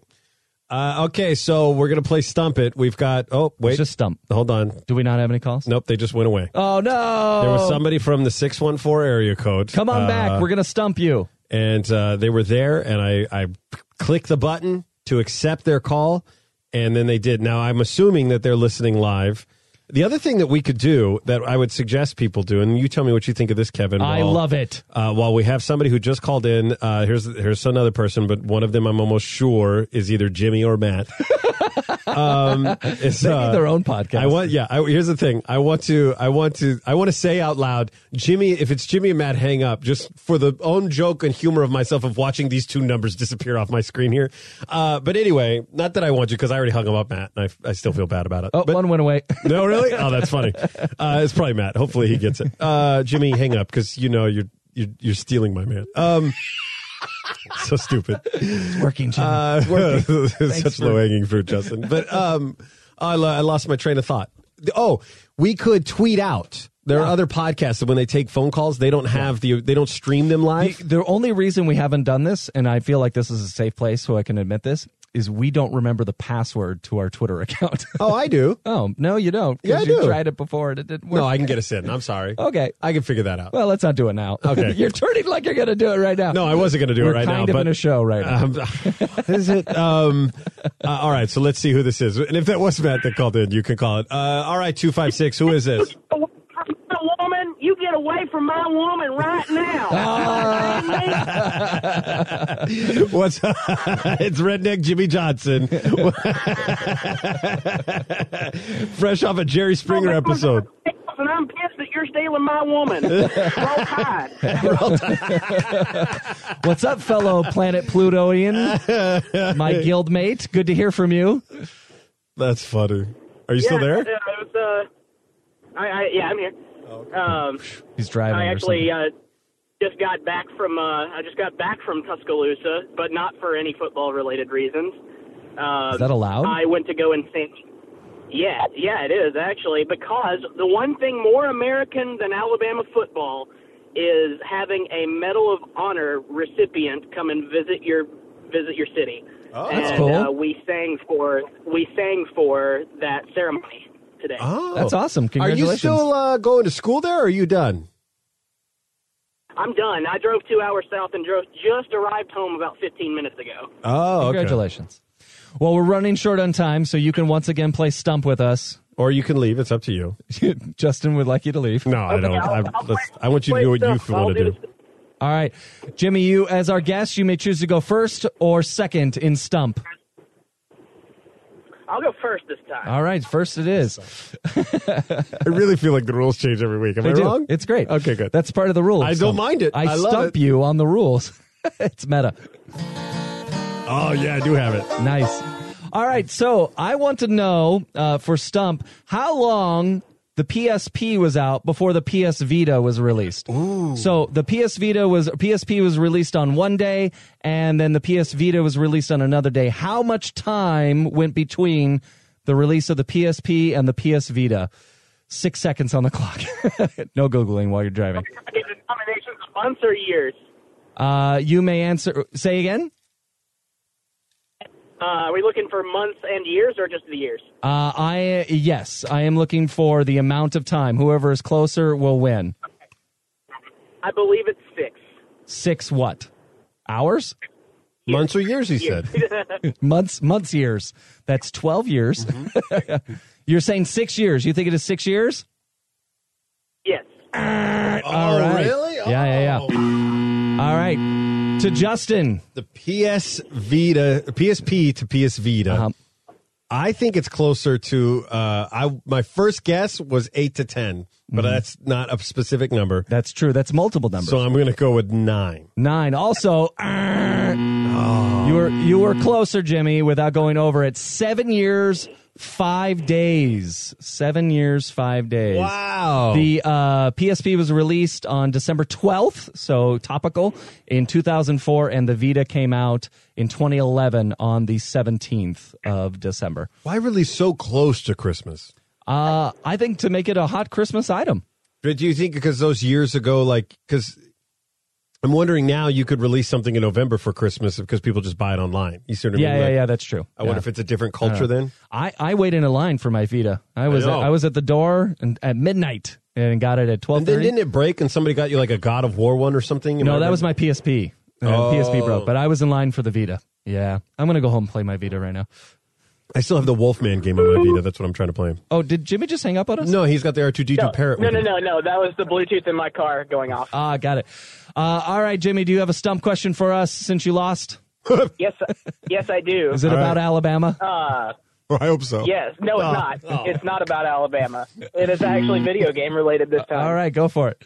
Speaker 1: Uh, okay, so we're gonna play Stump It. We've got oh wait,
Speaker 2: It's just stump.
Speaker 1: hold on.
Speaker 2: Do we not have any calls?
Speaker 1: Nope, they just went away.
Speaker 2: Oh no!
Speaker 1: There was somebody from the six one four area code.
Speaker 2: Come on
Speaker 1: uh,
Speaker 2: back. We're gonna stump you.
Speaker 1: and uh, they were there, and I I clicked the button to accept their call, and then they did. Now I'm assuming that they're listening live. The other thing that we could do that I would suggest people do, and you tell me what you think of this, Kevin.
Speaker 2: I
Speaker 1: while-
Speaker 2: love it.
Speaker 1: uh, while we have somebody who just called in, uh, here's here's another person, but one of them I'm almost sure is either Jimmy or Matt. um, it's,
Speaker 2: They
Speaker 1: uh,
Speaker 2: need their own podcast.
Speaker 1: I want, yeah. I, here's the thing. I want to, I want to, I want to say out loud, Jimmy. If it's Jimmy and Matt, hang up. Just for the own joke and humor of myself of watching these two numbers disappear off my screen here. Uh, but anyway, not that I want you because I already hung them up, Matt, and I, I still feel bad about it.
Speaker 2: Oh,
Speaker 1: But-
Speaker 2: one went away.
Speaker 1: no, really? Oh, that's funny. Uh, it's probably Matt. Hopefully he gets it. Uh, Jimmy, hang up because you know you're, you're you're stealing my man. Um, so stupid.
Speaker 2: Working. Jimmy.
Speaker 1: Uh,
Speaker 2: Thanks
Speaker 1: such
Speaker 2: for-
Speaker 1: low hanging fruit, Justin. But um, I, lo- I lost my train of thought. Oh, we could tweet out. There are other podcasts that when they take phone calls, they don't have the they don't stream them
Speaker 2: The,
Speaker 1: live.
Speaker 2: the only reason we haven't done this, and I feel like this is a safe place, so I can admit this, is we don't remember the password to our Twitter account.
Speaker 1: oh, I do.
Speaker 2: oh no, you don't. 'cause
Speaker 1: Yeah, I
Speaker 2: you
Speaker 1: do.
Speaker 2: tried it before and it didn't work.
Speaker 1: No, I can get us in. I'm sorry.
Speaker 2: Okay.
Speaker 1: I can figure that out.
Speaker 2: Well, let's not do it now.
Speaker 1: Okay.
Speaker 2: you're turning like you're gonna do it right now.
Speaker 1: No, I wasn't going to do
Speaker 2: We're
Speaker 1: it right
Speaker 2: kind
Speaker 1: now.
Speaker 2: of
Speaker 1: but
Speaker 2: in a show right now.
Speaker 1: Um, what is it? Um, uh, all right, so let's see who this is. And if that was Matt that called in, you can call it. Uh, all right, 256, who is this?
Speaker 5: woman, you get away from my woman right now.
Speaker 1: What's up? It's Redneck Jimmy Johnson. Fresh off a Jerry Springer episode.
Speaker 5: And I'm pissed that you're stealing my woman. Roll Tide.
Speaker 2: What's up, fellow planet Plutoian? My guildmate. Good to hear from you.
Speaker 1: That's funny. Are you still
Speaker 5: Yeah,
Speaker 1: there?
Speaker 5: Yeah, it was, uh, I, I, yeah, I'm here. Um,
Speaker 2: He's driving.
Speaker 5: I
Speaker 2: or
Speaker 5: actually
Speaker 2: something.
Speaker 5: uh, just got back from uh, I just got back from Tuscaloosa, but not for any football related reasons. Uh,
Speaker 2: Is that allowed?
Speaker 5: I went to go and think. Yeah, yeah, it is actually because the one thing more American than Alabama football is having a Medal of Honor recipient come and visit your visit your city. Oh,
Speaker 2: that's
Speaker 5: and,
Speaker 2: cool.
Speaker 5: Uh, we sang for we sang for that ceremony today.
Speaker 1: Oh.
Speaker 2: That's awesome.
Speaker 1: Are you
Speaker 2: Congratulations.
Speaker 1: still uh, going to school there or are you done?
Speaker 5: I'm done. I drove two hours south and drove just arrived home about 15 minutes ago.
Speaker 1: Oh, okay.
Speaker 2: Congratulations. Well, we're running short on time, so you can once again play stump with us.
Speaker 1: Or you can leave. It's up to you.
Speaker 2: Justin would like you to leave.
Speaker 1: No, I don't. I, let's, I want you to do what you want to do.
Speaker 2: All right, Jimmy, you as our guest, you may choose to go first or second in stump.
Speaker 5: I'll go first this time.
Speaker 2: All right, first it is.
Speaker 1: I really feel like the rules change every week. Am I
Speaker 2: They do.
Speaker 1: wrong?
Speaker 2: It's great.
Speaker 1: Okay, good.
Speaker 2: That's part of the rule. of
Speaker 1: I don't
Speaker 2: stump.
Speaker 1: mind it.
Speaker 2: I,
Speaker 1: I love
Speaker 2: stump
Speaker 1: it.
Speaker 2: you on the rules. it's meta.
Speaker 1: oh, yeah, I do have it.
Speaker 2: Nice. All right, so I want to know uh, for Stump how long the PSP was out before the PS Vita was released. So the PS Vita was PSP was released on one day, and then the PS Vita was released on another day. How much time went between the release of the PSP and the PS Vita? Six seconds on the clock. no googling while you're driving.
Speaker 5: Is it combinations of months or years?
Speaker 2: Uh, you may answer. Say again.
Speaker 5: Uh, are we looking for months and years or just the years?
Speaker 2: Uh, I yes, I am looking for the amount of time. Whoever is closer will win.
Speaker 5: I believe it's six.
Speaker 2: Six what? Hours?
Speaker 1: Months or years, he said.
Speaker 2: Months? Months? Years? That's twelve years. You're saying six years? You think it is six years?
Speaker 5: Yes.
Speaker 2: All right.
Speaker 1: Oh, really?
Speaker 2: Yeah, yeah, yeah. All right. To Justin,
Speaker 1: the PS Vita, PSP to PS Vita.
Speaker 2: Uh-huh.
Speaker 1: I think it's closer to uh, I. My first guess was eight to ten, but
Speaker 2: Mm-hmm.
Speaker 1: that's not a specific number.
Speaker 2: that's true. That's multiple numbers.
Speaker 1: So I'm going to go with nine.
Speaker 2: Nine. Also, you were you were closer, Jimmy, without going over it. Seven years, five days. Seven years, five days.
Speaker 1: Wow.
Speaker 2: The uh, PSP was released on December 12th, so topical, in 2004, and the Vita came out in 2011 on the 17th of December.
Speaker 1: Why really so close to Christmas?
Speaker 2: Uh, I think to make it a hot Christmas item.
Speaker 1: But do you think because those years ago, like because I'm wondering now you could release something in November for Christmas because people just buy it online. You see what I
Speaker 2: Yeah,
Speaker 1: mean?
Speaker 2: yeah,
Speaker 1: Like,
Speaker 2: yeah. That's true.
Speaker 1: I wonder
Speaker 2: Yeah. Uh-huh.
Speaker 1: if it's a different
Speaker 2: I don't
Speaker 1: culture
Speaker 2: know.
Speaker 1: then.
Speaker 2: I, I waited in line for my Vita. I was at,
Speaker 1: know.
Speaker 2: I was at the door and at midnight and got it at twelve
Speaker 1: And then
Speaker 2: thirty.
Speaker 1: didn't it break and somebody got you like a God of War one or something? Am I
Speaker 2: No, that
Speaker 1: right?
Speaker 2: was my PSP. Uh,
Speaker 1: Oh.
Speaker 2: PSP broke, but I was in line for the Vita. Yeah, I'm gonna go home and play my Vita right now.
Speaker 1: I still have the Wolfman game on my Vita. That's what I'm trying to play.
Speaker 2: Oh, did Jimmy just hang up on us?
Speaker 1: No, he's got the R2D2
Speaker 5: No,
Speaker 1: parrot.
Speaker 5: no,
Speaker 1: with
Speaker 5: no,
Speaker 1: him.
Speaker 5: no, no. That was the Bluetooth in my car going off.
Speaker 2: Ah, got it. Uh, all right, Jimmy, do you have a stump question for us since you lost?
Speaker 5: Yes, yes, I do.
Speaker 2: Is it
Speaker 1: All
Speaker 2: about
Speaker 1: right.
Speaker 2: Alabama?
Speaker 5: Uh,
Speaker 1: Oh, I hope so.
Speaker 5: Yes, no,
Speaker 1: Oh.
Speaker 5: it's not. It's not about Alabama. It is
Speaker 1: Mm.
Speaker 5: actually video game related this
Speaker 1: Uh,
Speaker 5: time.
Speaker 2: all right, go for it.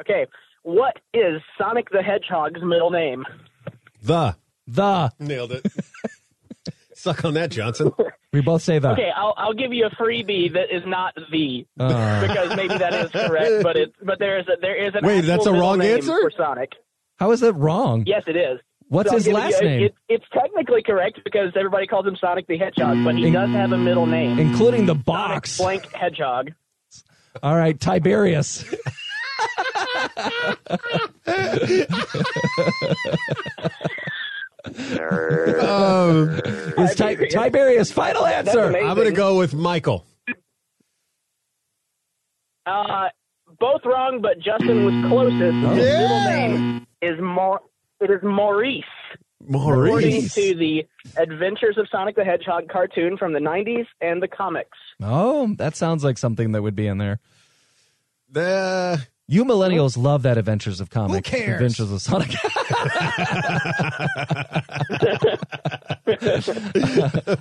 Speaker 5: Okay. What is Sonic the Hedgehog's middle name?
Speaker 1: The.
Speaker 2: The
Speaker 1: Nailed it. Suck on that, Johnson.
Speaker 2: we both say the.
Speaker 5: Okay, I'll, I'll give you a freebie that is not the
Speaker 2: Uh,
Speaker 5: because maybe that is correct, but it but there is a, there is an
Speaker 1: Wait,
Speaker 5: actual
Speaker 1: that's a
Speaker 5: middle
Speaker 1: wrong
Speaker 5: name
Speaker 1: answer?
Speaker 5: for Sonic.
Speaker 2: How is that wrong?
Speaker 5: Yes, it is.
Speaker 2: What's
Speaker 5: So
Speaker 2: his
Speaker 5: I'll give
Speaker 2: last
Speaker 5: you-
Speaker 2: name?
Speaker 5: It, it's technically correct because everybody calls him Sonic the Hedgehog, but he
Speaker 2: In-
Speaker 5: does have a middle name,
Speaker 2: Including the box.
Speaker 5: Blank Hedgehog.
Speaker 2: All right, Tiberius.
Speaker 1: Um,
Speaker 2: Is Ti-
Speaker 5: Tiberius.
Speaker 2: Tiberius final answer?
Speaker 5: amazing.
Speaker 1: I'm going to go with Michael.
Speaker 5: Uh, both wrong, but Justin was closest.
Speaker 2: Oh.
Speaker 5: His middle name is Mar. It is Maurice. According to the Adventures of Sonic the Hedgehog cartoon from the 90s and the comics.
Speaker 2: Oh, that sounds like something that would be in there.
Speaker 1: The,
Speaker 2: You millennials love that Adventures of Comic.
Speaker 1: cares?
Speaker 2: Adventures of Sonic.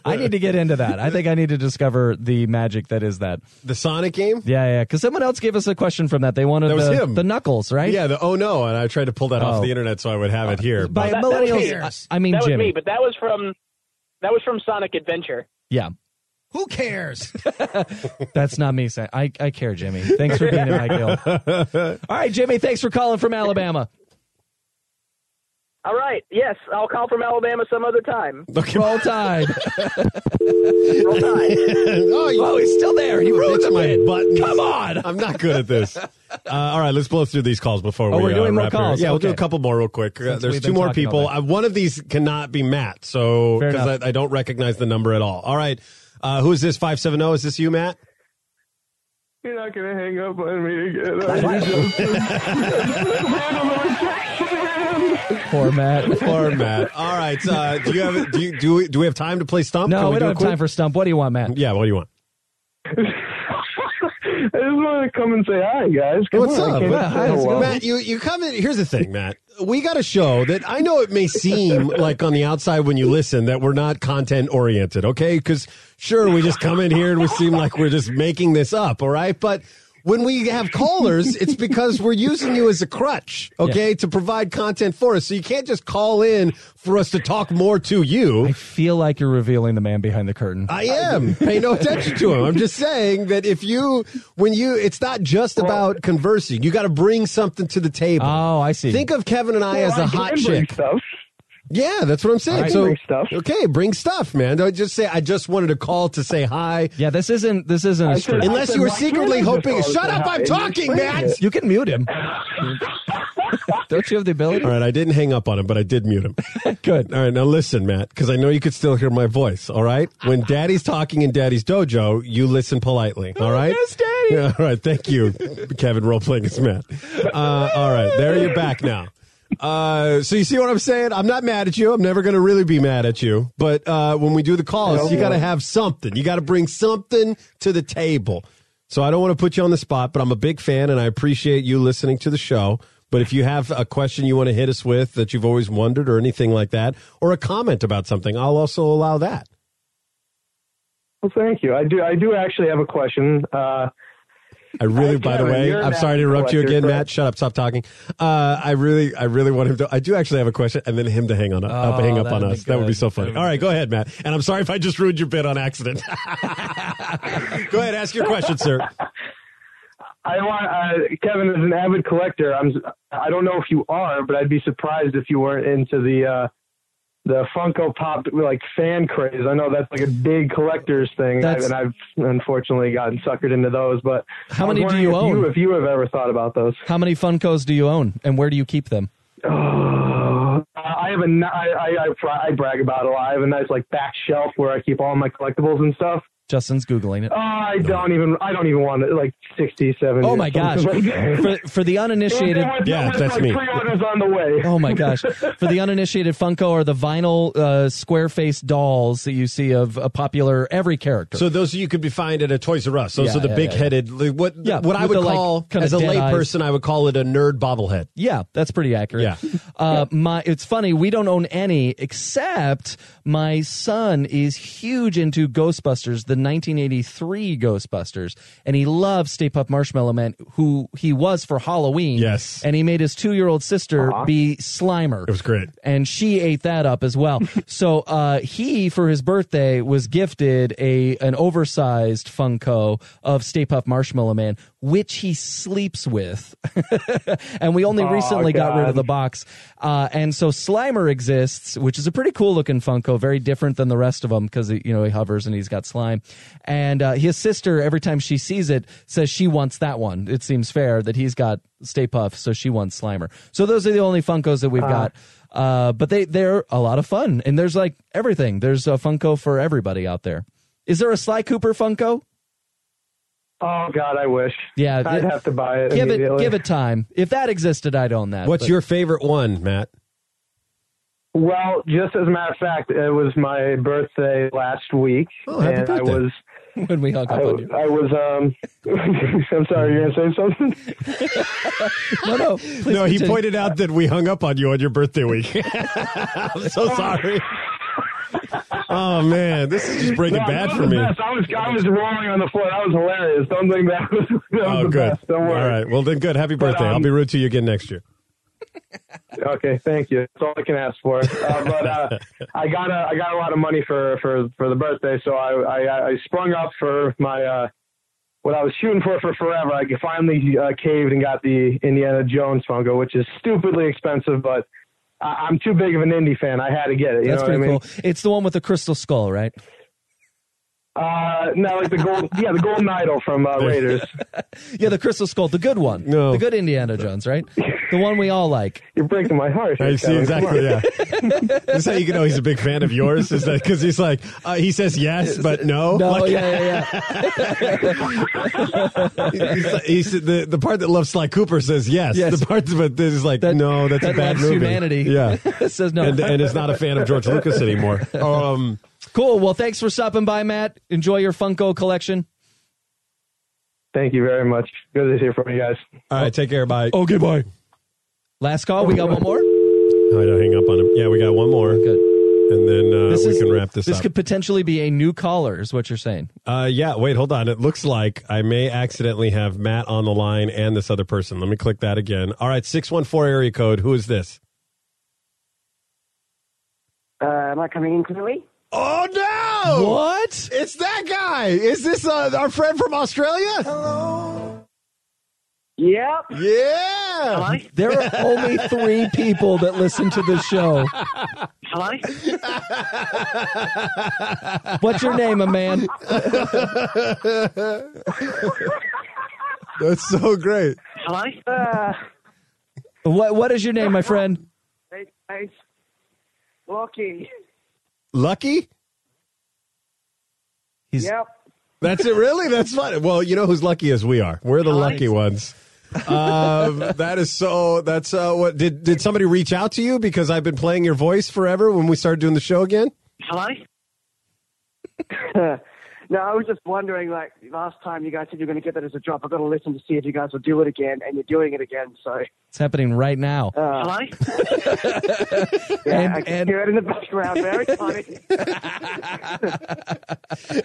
Speaker 2: I need to get into that. I think I need to discover the magic that is that.
Speaker 1: the Sonic game?
Speaker 2: Yeah, yeah. Because someone else gave us a question from that. They wanted
Speaker 1: That was
Speaker 2: the,
Speaker 1: him.
Speaker 2: the knuckles, right?
Speaker 1: Yeah, the oh no, and I tried to pull that off
Speaker 2: Oh.
Speaker 1: the internet so I would have it here.
Speaker 2: By
Speaker 5: that- that
Speaker 2: millennials,
Speaker 5: cares?
Speaker 2: I, I mean
Speaker 5: That was
Speaker 2: Jimmy.
Speaker 5: me, but that was from that was from Sonic Adventure.
Speaker 2: yeah.
Speaker 4: Who cares?
Speaker 2: That's not me saying. I, I care, Jimmy. Thanks for being in my guild. All right, Jimmy. Thanks for calling from Alabama.
Speaker 5: All right, yes, I'll call from Alabama some other time.
Speaker 1: Okay.
Speaker 2: Roll Tide.
Speaker 5: Roll Tide.
Speaker 1: oh, you
Speaker 2: Oh, he's still there. He ruined
Speaker 1: It's
Speaker 2: the
Speaker 1: my
Speaker 2: bit.
Speaker 1: buttons.
Speaker 2: Come on.
Speaker 1: I'm not good at this. Uh, all right, let's blow through these calls before
Speaker 2: Oh,
Speaker 1: we
Speaker 2: we're doing
Speaker 1: uh,
Speaker 2: more
Speaker 1: wrap here.
Speaker 2: calls.
Speaker 1: Yeah, we'll do a
Speaker 2: Okay.
Speaker 1: couple more real quick. Uh,
Speaker 2: Since
Speaker 1: There's
Speaker 2: we've
Speaker 1: two
Speaker 2: been
Speaker 1: more
Speaker 2: talking
Speaker 1: people.
Speaker 2: all night.
Speaker 1: Uh, one of these cannot be Matt, so
Speaker 2: Fair
Speaker 1: because
Speaker 2: enough.
Speaker 1: I, I don't recognize the number at all. All right, uh, who is this? Five seven zero. Is this you, Matt?
Speaker 6: You're not gonna hang up on me again. are you?
Speaker 2: Poor Matt.
Speaker 1: Or Matt? All right. Uh, do you have? Do you do we, do we have time to play stump?
Speaker 2: No,
Speaker 1: Can
Speaker 2: we,
Speaker 1: do
Speaker 2: don't
Speaker 1: a
Speaker 2: have
Speaker 1: quick-
Speaker 2: time for stump. What do you want, Matt?
Speaker 1: Yeah. What do you want?
Speaker 6: I just wanted to come and say hi, guys. Come
Speaker 1: What's
Speaker 6: on, I
Speaker 1: up?
Speaker 6: can't-
Speaker 2: Yeah, hi, how's it going?
Speaker 1: Matt, you, you come in. Here's the thing, Matt. We got a show that I know it may seem like on the outside when you listen that we're not content oriented, okay? Because sure, we just come in here and we seem like we're just making this up, all right? But when we have callers, it's because we're using you as a crutch, okay, to provide content for us. So you can't just call in for us to talk more to you.
Speaker 2: I feel like you're revealing the man behind the curtain.
Speaker 1: I am. Pay no attention to him. I'm just saying that if you, when you, it's not just about conversing. You got to bring something to the table.
Speaker 2: oh, I see.
Speaker 1: Think of Kevin and I
Speaker 6: Well,
Speaker 1: as the
Speaker 6: I
Speaker 1: hot
Speaker 6: can bring
Speaker 1: chick.
Speaker 6: Stuff.
Speaker 1: Yeah, that's what I'm saying.
Speaker 6: I can
Speaker 1: so
Speaker 6: bring stuff.
Speaker 1: okay, bring stuff, man. Don't just say I just wanted to call to say hi.
Speaker 2: yeah, this isn't this isn't a
Speaker 6: I said-
Speaker 2: script.
Speaker 1: Unless you
Speaker 6: why
Speaker 1: were
Speaker 6: can't
Speaker 1: secretly
Speaker 6: I just
Speaker 1: hoping.
Speaker 6: call to
Speaker 1: Shut
Speaker 6: say
Speaker 1: up!
Speaker 6: hi?
Speaker 1: I'm
Speaker 6: Just
Speaker 1: talking,
Speaker 6: bring
Speaker 1: Matt.
Speaker 6: it.
Speaker 2: You can mute him. Don't you have the ability?
Speaker 1: All right, I didn't hang up on him, but I did mute him.
Speaker 2: Good.
Speaker 1: All right, now listen, Matt, because I know you could still hear my voice. All right, when Daddy's talking in Daddy's dojo, you listen politely. All right,
Speaker 2: Oh, yes, Daddy.
Speaker 1: Yeah, all right, thank you, Kevin. Role playing is Matt. Uh, all right, there you're back now. Uh, so you see what I'm saying? I'm not mad at you. I'm never going to really be mad at you. But uh, when we do the calls, you got to have something. You got to bring something to the table. So I don't want to put you on the spot, but I'm a big fan and I appreciate you listening to the show. But if you have a question you want to hit us with that you've always wondered or anything like that, or a comment about something, I'll also allow that.
Speaker 6: Well, thank you. I do. I do actually have a question. Uh,
Speaker 1: I really,
Speaker 6: Hi,
Speaker 1: by the
Speaker 6: Kevin.
Speaker 1: way,
Speaker 6: You're
Speaker 1: I'm
Speaker 6: Matt
Speaker 1: sorry to interrupt you
Speaker 6: Collector,
Speaker 1: again,
Speaker 6: correct?
Speaker 1: Matt. Shut up, stop talking. Uh, I really, I really want him to. I do actually have a question, and then him to hang on up,
Speaker 2: Oh,
Speaker 1: hang up on
Speaker 2: that'd be
Speaker 1: us. That would be
Speaker 2: good.
Speaker 1: so funny.
Speaker 2: That'd be
Speaker 1: All right, go ahead, Matt. And I'm sorry if I just ruined your bit on accident. go ahead, ask your question, sir.
Speaker 6: I want uh, Kevin is an avid collector. I'm. I don't know if you are, but I'd be surprised if you weren't into the uh, the Funko Pop like fan craze. I know that's like a big collector's thing, I,
Speaker 2: That's-
Speaker 6: and I've unfortunately gotten suckered into those. But
Speaker 2: How
Speaker 6: I was
Speaker 2: many do
Speaker 6: wondering
Speaker 2: you
Speaker 6: if
Speaker 2: own?
Speaker 6: if you have ever thought about those,
Speaker 2: How many Funkos do you own, and where do you keep them?
Speaker 6: oh, I have a ni- I, I, I, pra- I brag about it a lot. I have a nice like back shelf where I keep all my collectibles and stuff.
Speaker 2: Justin's googling it.
Speaker 6: Oh, I don't even I don't even want it like 60, 70
Speaker 2: Oh my gosh!
Speaker 6: something like that.
Speaker 2: For for the uninitiated,
Speaker 6: With-
Speaker 1: Yeah,
Speaker 6: with,
Speaker 1: that's
Speaker 6: like,
Speaker 1: me.
Speaker 6: Pre-orders on the way.
Speaker 2: Oh my gosh! For the uninitiated, Funko are the vinyl uh, square faced dolls that you see of a popular every character.
Speaker 1: So those you could be find at a Toys R Us. Those are
Speaker 2: Yeah,
Speaker 1: the
Speaker 2: yeah, yeah,
Speaker 1: big headed. What
Speaker 2: Yeah,
Speaker 1: what I would
Speaker 2: with the, like,
Speaker 1: call
Speaker 2: kinda
Speaker 1: as a
Speaker 2: dead eyes.
Speaker 1: layperson, I would call it a nerd bobblehead.
Speaker 2: yeah, that's pretty accurate.
Speaker 1: Yeah.
Speaker 2: Uh, my it's funny we don't own any except my son is huge into Ghostbusters, the 1983 Ghostbusters, and he loves Stay Puft Marshmallow Man, who he was for Halloween.
Speaker 1: Yes.
Speaker 2: and he made his two year old sister be Slimer.
Speaker 1: It was great.
Speaker 2: and she ate that up as well. so uh, he, for his birthday, was gifted a an oversized Funko of Stay Puft Marshmallow Man, which he sleeps with. and we only recently got rid of the box. Uh, and so Slimer exists, which is a pretty cool looking Funko, very different than the rest of them because you know he hovers and he's got slime. And uh, his sister, every time she sees it, says she wants that one. It seems fair that he's got Stay Puff, so she wants Slimer. So those are the only Funkos that we've
Speaker 6: Uh-huh.
Speaker 2: got. Uh, but they they're a lot of fun, and there's like everything. There's a Funko for everybody out there. Is there a Sly Cooper Funko?
Speaker 6: Oh God, I wish.
Speaker 2: Yeah,
Speaker 6: I'd
Speaker 2: it-
Speaker 6: have to buy it
Speaker 2: Give it
Speaker 6: immediately.
Speaker 2: give it time. If that existed, I'd own that.
Speaker 1: What's
Speaker 2: but-
Speaker 1: your favorite one, Matt?
Speaker 6: Well, just as a matter of fact, it was my birthday last week,
Speaker 1: Oh, happy
Speaker 6: and I
Speaker 1: birthday.
Speaker 6: was
Speaker 2: when we hung
Speaker 6: I,
Speaker 2: up on you?
Speaker 6: I was um. I'm sorry, you're gonna say something.
Speaker 2: No, no. please
Speaker 1: no, he
Speaker 2: continue.
Speaker 1: pointed out that we hung up on you on your birthday week. I'm so sorry. oh man, this is just breaking
Speaker 6: No,
Speaker 1: bad
Speaker 6: that was
Speaker 1: for
Speaker 6: the
Speaker 1: me.
Speaker 6: best. I was I was rolling on the floor. That was hilarious. Don't think that was, that was
Speaker 1: Oh,
Speaker 6: the
Speaker 1: good.
Speaker 6: best. Don't worry.
Speaker 1: All right. Well, then, good. Happy birthday. I'll
Speaker 6: um,
Speaker 1: be rude to you again next year.
Speaker 6: Okay, thank you. That's all I can ask for. Uh, but uh, I got a I got a lot of money for for for the birthday, so I I, I sprung up for my uh, what I was shooting for for forever. I finally uh, caved and got the Indiana Jones Funko, which is stupidly expensive, but I, I'm too big of an indie fan. I had to get it. You
Speaker 2: That's
Speaker 6: know what I
Speaker 2: pretty
Speaker 6: mean?
Speaker 2: cool. It's the one with the crystal skull, right?
Speaker 6: Uh, no, like the gold, yeah, the golden idol from uh, Raiders.
Speaker 2: Yeah, the crystal skull, the good one.
Speaker 1: No.
Speaker 2: The good Indiana Jones, right? The one we all like.
Speaker 6: You're breaking my heart. here,
Speaker 1: I see
Speaker 6: Kevin. Come
Speaker 1: exactly.
Speaker 6: on.
Speaker 1: Yeah, this is how you can know he's a big fan of yours. Is that because he's like uh, he says yes, but no.
Speaker 2: No,
Speaker 1: Like,
Speaker 2: yeah, yeah, yeah.
Speaker 1: he's like- he's- the the part that loves Sly Cooper says yes.
Speaker 2: Yes.
Speaker 1: The part that is like
Speaker 2: That-
Speaker 1: no, that's
Speaker 2: that
Speaker 1: a bad
Speaker 2: loves
Speaker 1: movie.
Speaker 2: humanity.
Speaker 1: Yeah,
Speaker 2: Says no.
Speaker 1: and uh, and is not a fan of George Lucas anymore. Um,
Speaker 2: cool. Well, thanks for stopping by, Matt. Enjoy your Funko collection.
Speaker 6: Thank you very much. Good to hear from you guys.
Speaker 1: all right, take care. Bye.
Speaker 2: Okay, bye. Last call. We got one more.
Speaker 1: Oh, I don't hang up on him. Yeah, we got one more,
Speaker 2: Good.
Speaker 1: and then uh, we
Speaker 2: is-
Speaker 1: can wrap this,
Speaker 2: This
Speaker 1: up.
Speaker 2: could potentially be a new caller, is what you're saying.
Speaker 1: Uh, yeah, wait, hold on. It looks like I may accidentally have Matt on the line and this other person. Let me click that again. All right, 614 area code. Who is this?
Speaker 7: Uh, am I coming in clearly?
Speaker 1: Oh, no!
Speaker 2: What?
Speaker 1: It's that guy. Is this uh, our friend from Australia?
Speaker 7: Yep.
Speaker 1: Yeah.
Speaker 7: Hello?
Speaker 2: There are only three people that listen to this show.
Speaker 7: Hello?
Speaker 2: What's your name, a man?
Speaker 1: That's so great.
Speaker 7: Hello? Uh,
Speaker 2: What What is your name, my friend?
Speaker 7: it, it's Lucky.
Speaker 1: Lucky?
Speaker 2: He's
Speaker 7: Yep.
Speaker 1: That's it, really? That's funny. Well, you know who's lucky as we are. We're the lucky ones. um, that is so. That's uh, what did did somebody reach out to you because I've been playing your voice forever when we started doing the show again?
Speaker 7: Hello? no, I was just wondering, like, last time you guys said you were going to get that as a drop. I've got to listen to see if you guys will do it again, and you're doing it again, so.
Speaker 2: It's happening right now.
Speaker 7: Uh, Hello? yeah,
Speaker 2: And-
Speaker 7: I can
Speaker 2: and-
Speaker 7: hear it in the background. Very funny.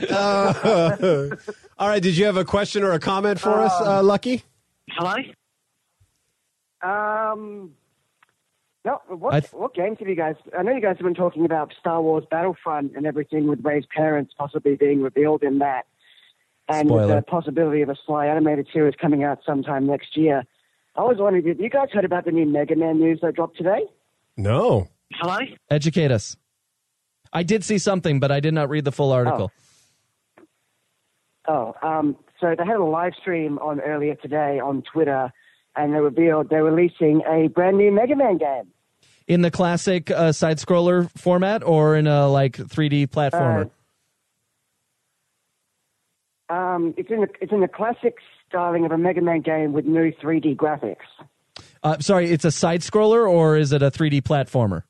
Speaker 1: Uh, all right. Did you have a question or a comment for
Speaker 2: Um,
Speaker 1: us, uh, Lucky?
Speaker 7: Hello? Um, no, what,
Speaker 2: I th-
Speaker 7: what games have you guys? I know you guys have been talking about Star Wars Battlefront and everything with Ray's parents possibly being revealed in that. And with
Speaker 2: Spoiler.
Speaker 7: the possibility of a Sly animated series coming out sometime next year. I was wondering, have you guys heard about the new Mega Man news that dropped today?
Speaker 1: No.
Speaker 7: Hello?
Speaker 2: Educate us. I did see something, but I did not read the full article.
Speaker 5: Oh, um, so they had a live stream on earlier today on Twitter, and they revealed they're releasing a brand new Mega Man game.
Speaker 2: In the classic uh, side scroller format or in a like 3D platformer?
Speaker 5: Um, it's in the, it's in the classic styling of a Mega Man game with new 3D graphics.
Speaker 2: Uh, sorry, it's a side scroller or is it a 3D platformer?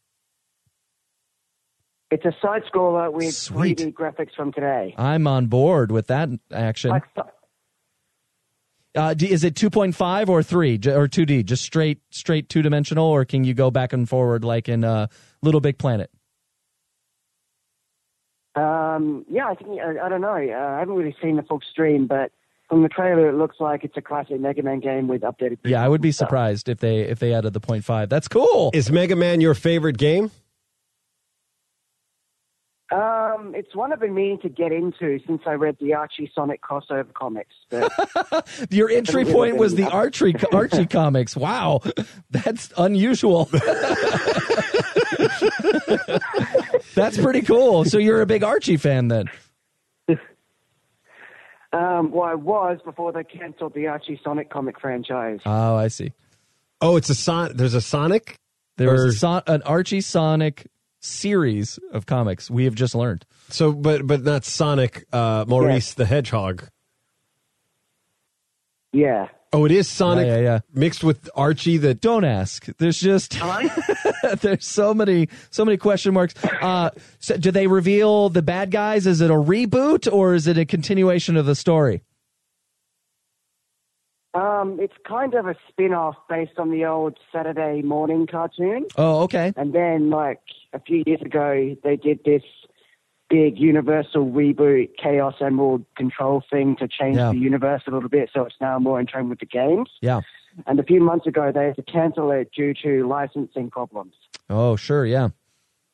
Speaker 5: It's a side scroller with
Speaker 2: Sweet.
Speaker 5: 3D graphics from today.
Speaker 2: I'm on board with that action. Uh, d- is it 2.5 or 3 j- or 2D? Just straight straight two dimensional or can you go back and forward like in uh, Little Big Planet?
Speaker 5: Um, yeah, I think I, I don't know. Uh, I haven't really seen the full stream, but from the trailer, it looks like it's a classic Mega Man game with updated.
Speaker 2: Yeah, I would be surprised if they if they added the 0.5. That's cool.
Speaker 1: Is Mega Man your favorite game?
Speaker 5: Um, it's one I've been meaning to get into since I read the Archie Sonic crossover comics. But
Speaker 2: Your entry point was the Archie Archie comics. Wow, that's unusual. that's pretty cool. So you're a big Archie fan then?
Speaker 5: um, well, I was before they cancelled the Archie Sonic comic franchise.
Speaker 2: Oh, I see.
Speaker 1: Oh, it's a son. There's a Sonic.
Speaker 2: There was
Speaker 1: Or-
Speaker 2: a son- an Archie Sonic series of comics. We have just learned.
Speaker 1: So, but but not Sonic. Uh, Maurice the Hedgehog.
Speaker 5: Yeah.
Speaker 1: Oh, it is Sonic
Speaker 2: Yeah, yeah, yeah.
Speaker 1: mixed with Archie. The
Speaker 2: Don't ask. There's just there's so many so many question marks. Uh, so do they reveal the bad guys? Is it a reboot or is it a continuation of the story?
Speaker 5: Um, it's kind of a spin-off based on the old Saturday morning cartoon.
Speaker 2: Oh, okay.
Speaker 5: And then, like a few years ago, they did this big universal reboot, Chaos Emerald Control thing to change
Speaker 2: Yeah.
Speaker 5: the universe a little bit, so it's now more in tune with the games.
Speaker 2: Yeah.
Speaker 5: And a few months ago, they had to cancel it due to licensing problems.
Speaker 2: Oh, sure, yeah.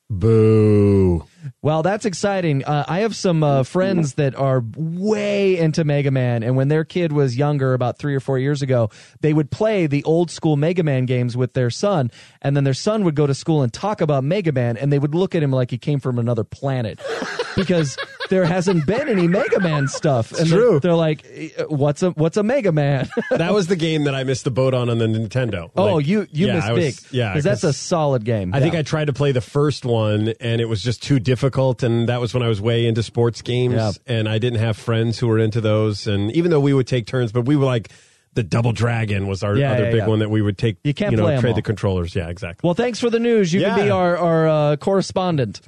Speaker 1: Boo.
Speaker 2: Well, that's exciting. Uh, I have some uh, friends that are way into Mega Man, and when their kid was younger, about three or four years ago, they would play the old school Mega Man games with their son, and then their son would go to school and talk about Mega Man, and they would look at him like he came from another planet because there hasn't been any Mega Man stuff. And they're-
Speaker 1: true.
Speaker 2: They're, like, "Eh, "What's a what's a Mega Man?"
Speaker 1: That was the game that I missed the boat on on the Nintendo.
Speaker 2: oh,
Speaker 1: Like,
Speaker 2: you you
Speaker 1: yeah,
Speaker 2: missed
Speaker 1: I was-
Speaker 2: big,
Speaker 1: Yeah,
Speaker 2: because that's a solid game.
Speaker 1: I think
Speaker 2: Yeah.
Speaker 1: I tried to play the first one and it was just too difficult. And that was when I was way into sports games
Speaker 2: Yeah.
Speaker 1: and I didn't have friends who were into those. And even though we would take turns, but we were like the Double Dragon was our
Speaker 2: Yeah,
Speaker 1: other
Speaker 2: yeah,
Speaker 1: big
Speaker 2: yeah.
Speaker 1: one that we would take.
Speaker 2: You can't
Speaker 1: know,
Speaker 2: play 'em
Speaker 1: trade
Speaker 2: all.
Speaker 1: the controllers. Yeah, exactly.
Speaker 2: Well, thanks for the news. You
Speaker 1: Yeah.
Speaker 2: can be our our uh, correspondent.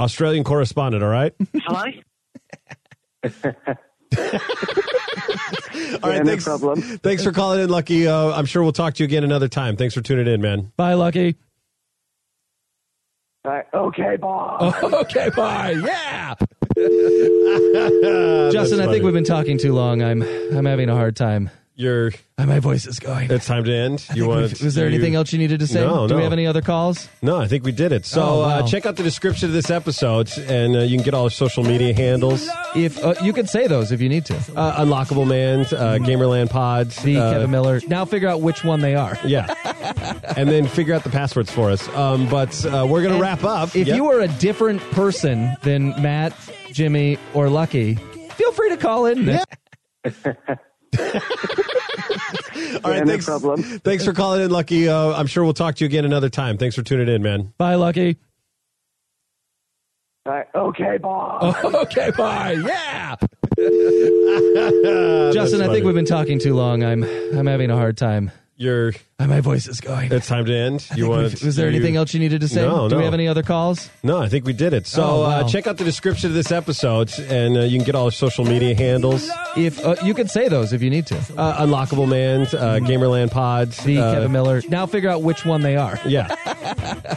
Speaker 1: Australian correspondent. All right.
Speaker 5: Hello?
Speaker 1: all right.
Speaker 5: no
Speaker 1: thanks.
Speaker 5: problem.
Speaker 1: Thanks for calling in, Lucky. Uh, I'm sure we'll talk to you again another time. Thanks for tuning in, man.
Speaker 2: Bye, Lucky.
Speaker 5: Like, okay, Bob.
Speaker 2: okay, bye. Yeah. Justin, I
Speaker 1: funny.
Speaker 2: think we've been talking too long. I'm I'm having a hard time.
Speaker 1: You're.
Speaker 2: Uh, My voice is going.
Speaker 1: It's time to end. You want?
Speaker 2: was there
Speaker 1: you-
Speaker 2: anything else you needed to say?
Speaker 1: No,
Speaker 2: Do we
Speaker 1: no.
Speaker 2: have any other calls?
Speaker 1: No, I think we did it. So
Speaker 2: Oh, wow.
Speaker 1: uh, check out the description of this episode, and uh, you can get all our social media handles.
Speaker 2: If uh, you can say those if you need to.
Speaker 1: Uh, Unlockable Man, uh, Gamerland Pods.
Speaker 2: The
Speaker 1: uh,
Speaker 2: Kevin Miller. Now figure out which one they are.
Speaker 1: Yeah. and then figure out the passwords for us. Um, but uh, we're going to wrap up.
Speaker 2: If
Speaker 1: Yep.
Speaker 2: you were a different person than Matt, Jimmy, or Lucky, feel free to call in.
Speaker 1: All right,
Speaker 5: no
Speaker 1: thanks,
Speaker 5: problem.
Speaker 1: Thanks for calling in, Lucky. Uh, I'm sure we'll talk to you again another time. Thanks for tuning in, man.
Speaker 2: Bye, Lucky.
Speaker 5: Like, okay, Bob.
Speaker 2: okay, bye. Yeah. Justin, I
Speaker 1: funny.
Speaker 2: think we've been talking too long. I'm I'm having a hard time.
Speaker 1: You're.
Speaker 2: Uh, My voice is going.
Speaker 1: It's time to end. You want?
Speaker 2: was there
Speaker 1: you-
Speaker 2: anything else you needed to say?
Speaker 1: No,
Speaker 2: Do we
Speaker 1: no.
Speaker 2: have any other calls?
Speaker 1: No, I think we did it. So
Speaker 2: Oh, wow.
Speaker 1: uh, check out the description of this episode, and uh, you can get all our social media handles.
Speaker 2: If uh, you could say those if you need to.
Speaker 1: Uh, Unlockable Man, uh, Gamerland Pods.
Speaker 2: The
Speaker 1: uh,
Speaker 2: Kevin Miller. Now figure out which one they are.
Speaker 1: Yeah.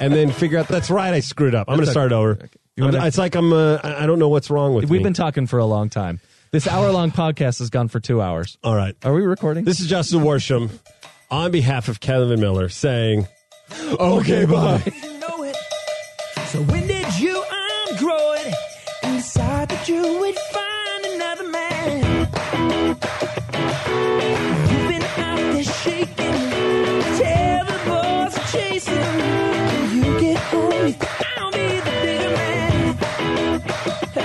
Speaker 1: and then figure out, that's right, I screwed up. I'm going to
Speaker 2: That's
Speaker 1: start over.
Speaker 2: You wanna-
Speaker 1: I'm- it's like I'm, uh, I I don't know what's wrong with
Speaker 2: We've
Speaker 1: me.
Speaker 2: been talking for a long time. This hour-long podcast has gone for two hours.
Speaker 1: all right.
Speaker 2: Are we recording?
Speaker 1: This is Justin Worsham on behalf of Kevin Miller saying, okay, bye.
Speaker 8: know it. So when did you ungrow it? And decide that you would find another man. You've been out there shaking, terrible boys are chasing. When you get home, you think I'll be the bigger man.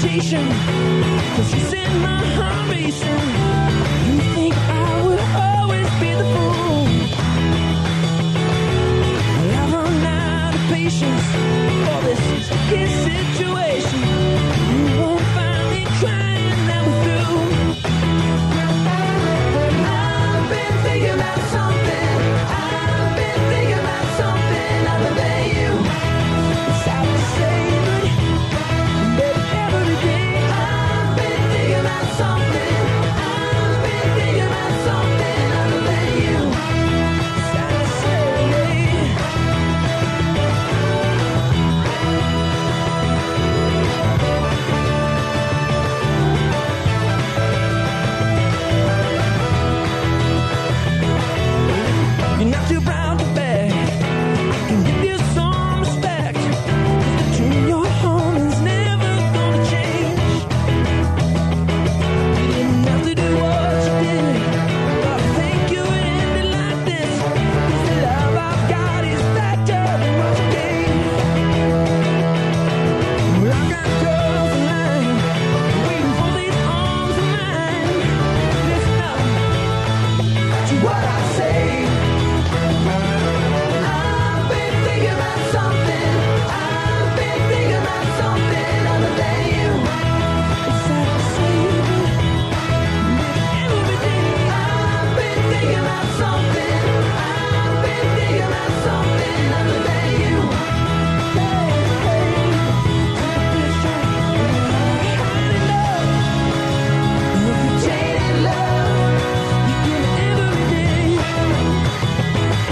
Speaker 8: station. Cause you set my heart racing. You think I would always be the fool. Well, I've run out of patience for this sticky situation. You won't find me crying now we're through. I've been thinking about something. I've been thinking about something other than you. It's hard to say, but baby, every day I've been thinking about something. I've been thinking about something other than you. It's hard to say. You're not too proud to beg. I can give you some respect. 'Cause the tune you're holding is never gonna change. You didn't have to do what you did. But I think you would end it like this. 'Cause the love I've got is backed up in what you gave. Well, I've got girls in line, waiting for these arms of mine. Listen up to what I say. I've been thinking about something. I've been thinking about something other than you. It's sad to say, but every day I've been thinking about something. I've been thinking about something other than you. Hey, hey, take this shot. High enough. If you jaded love, you give every day.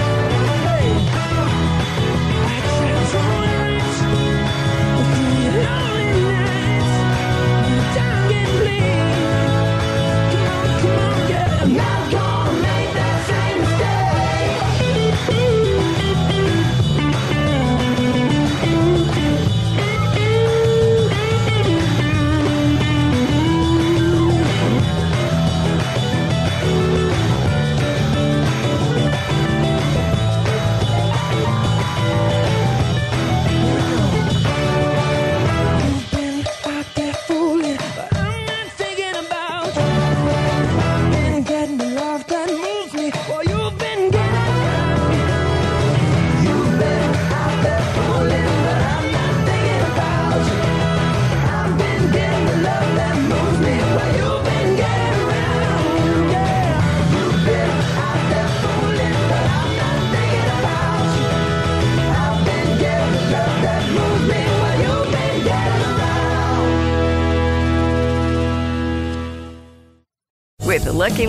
Speaker 9: With the Lucky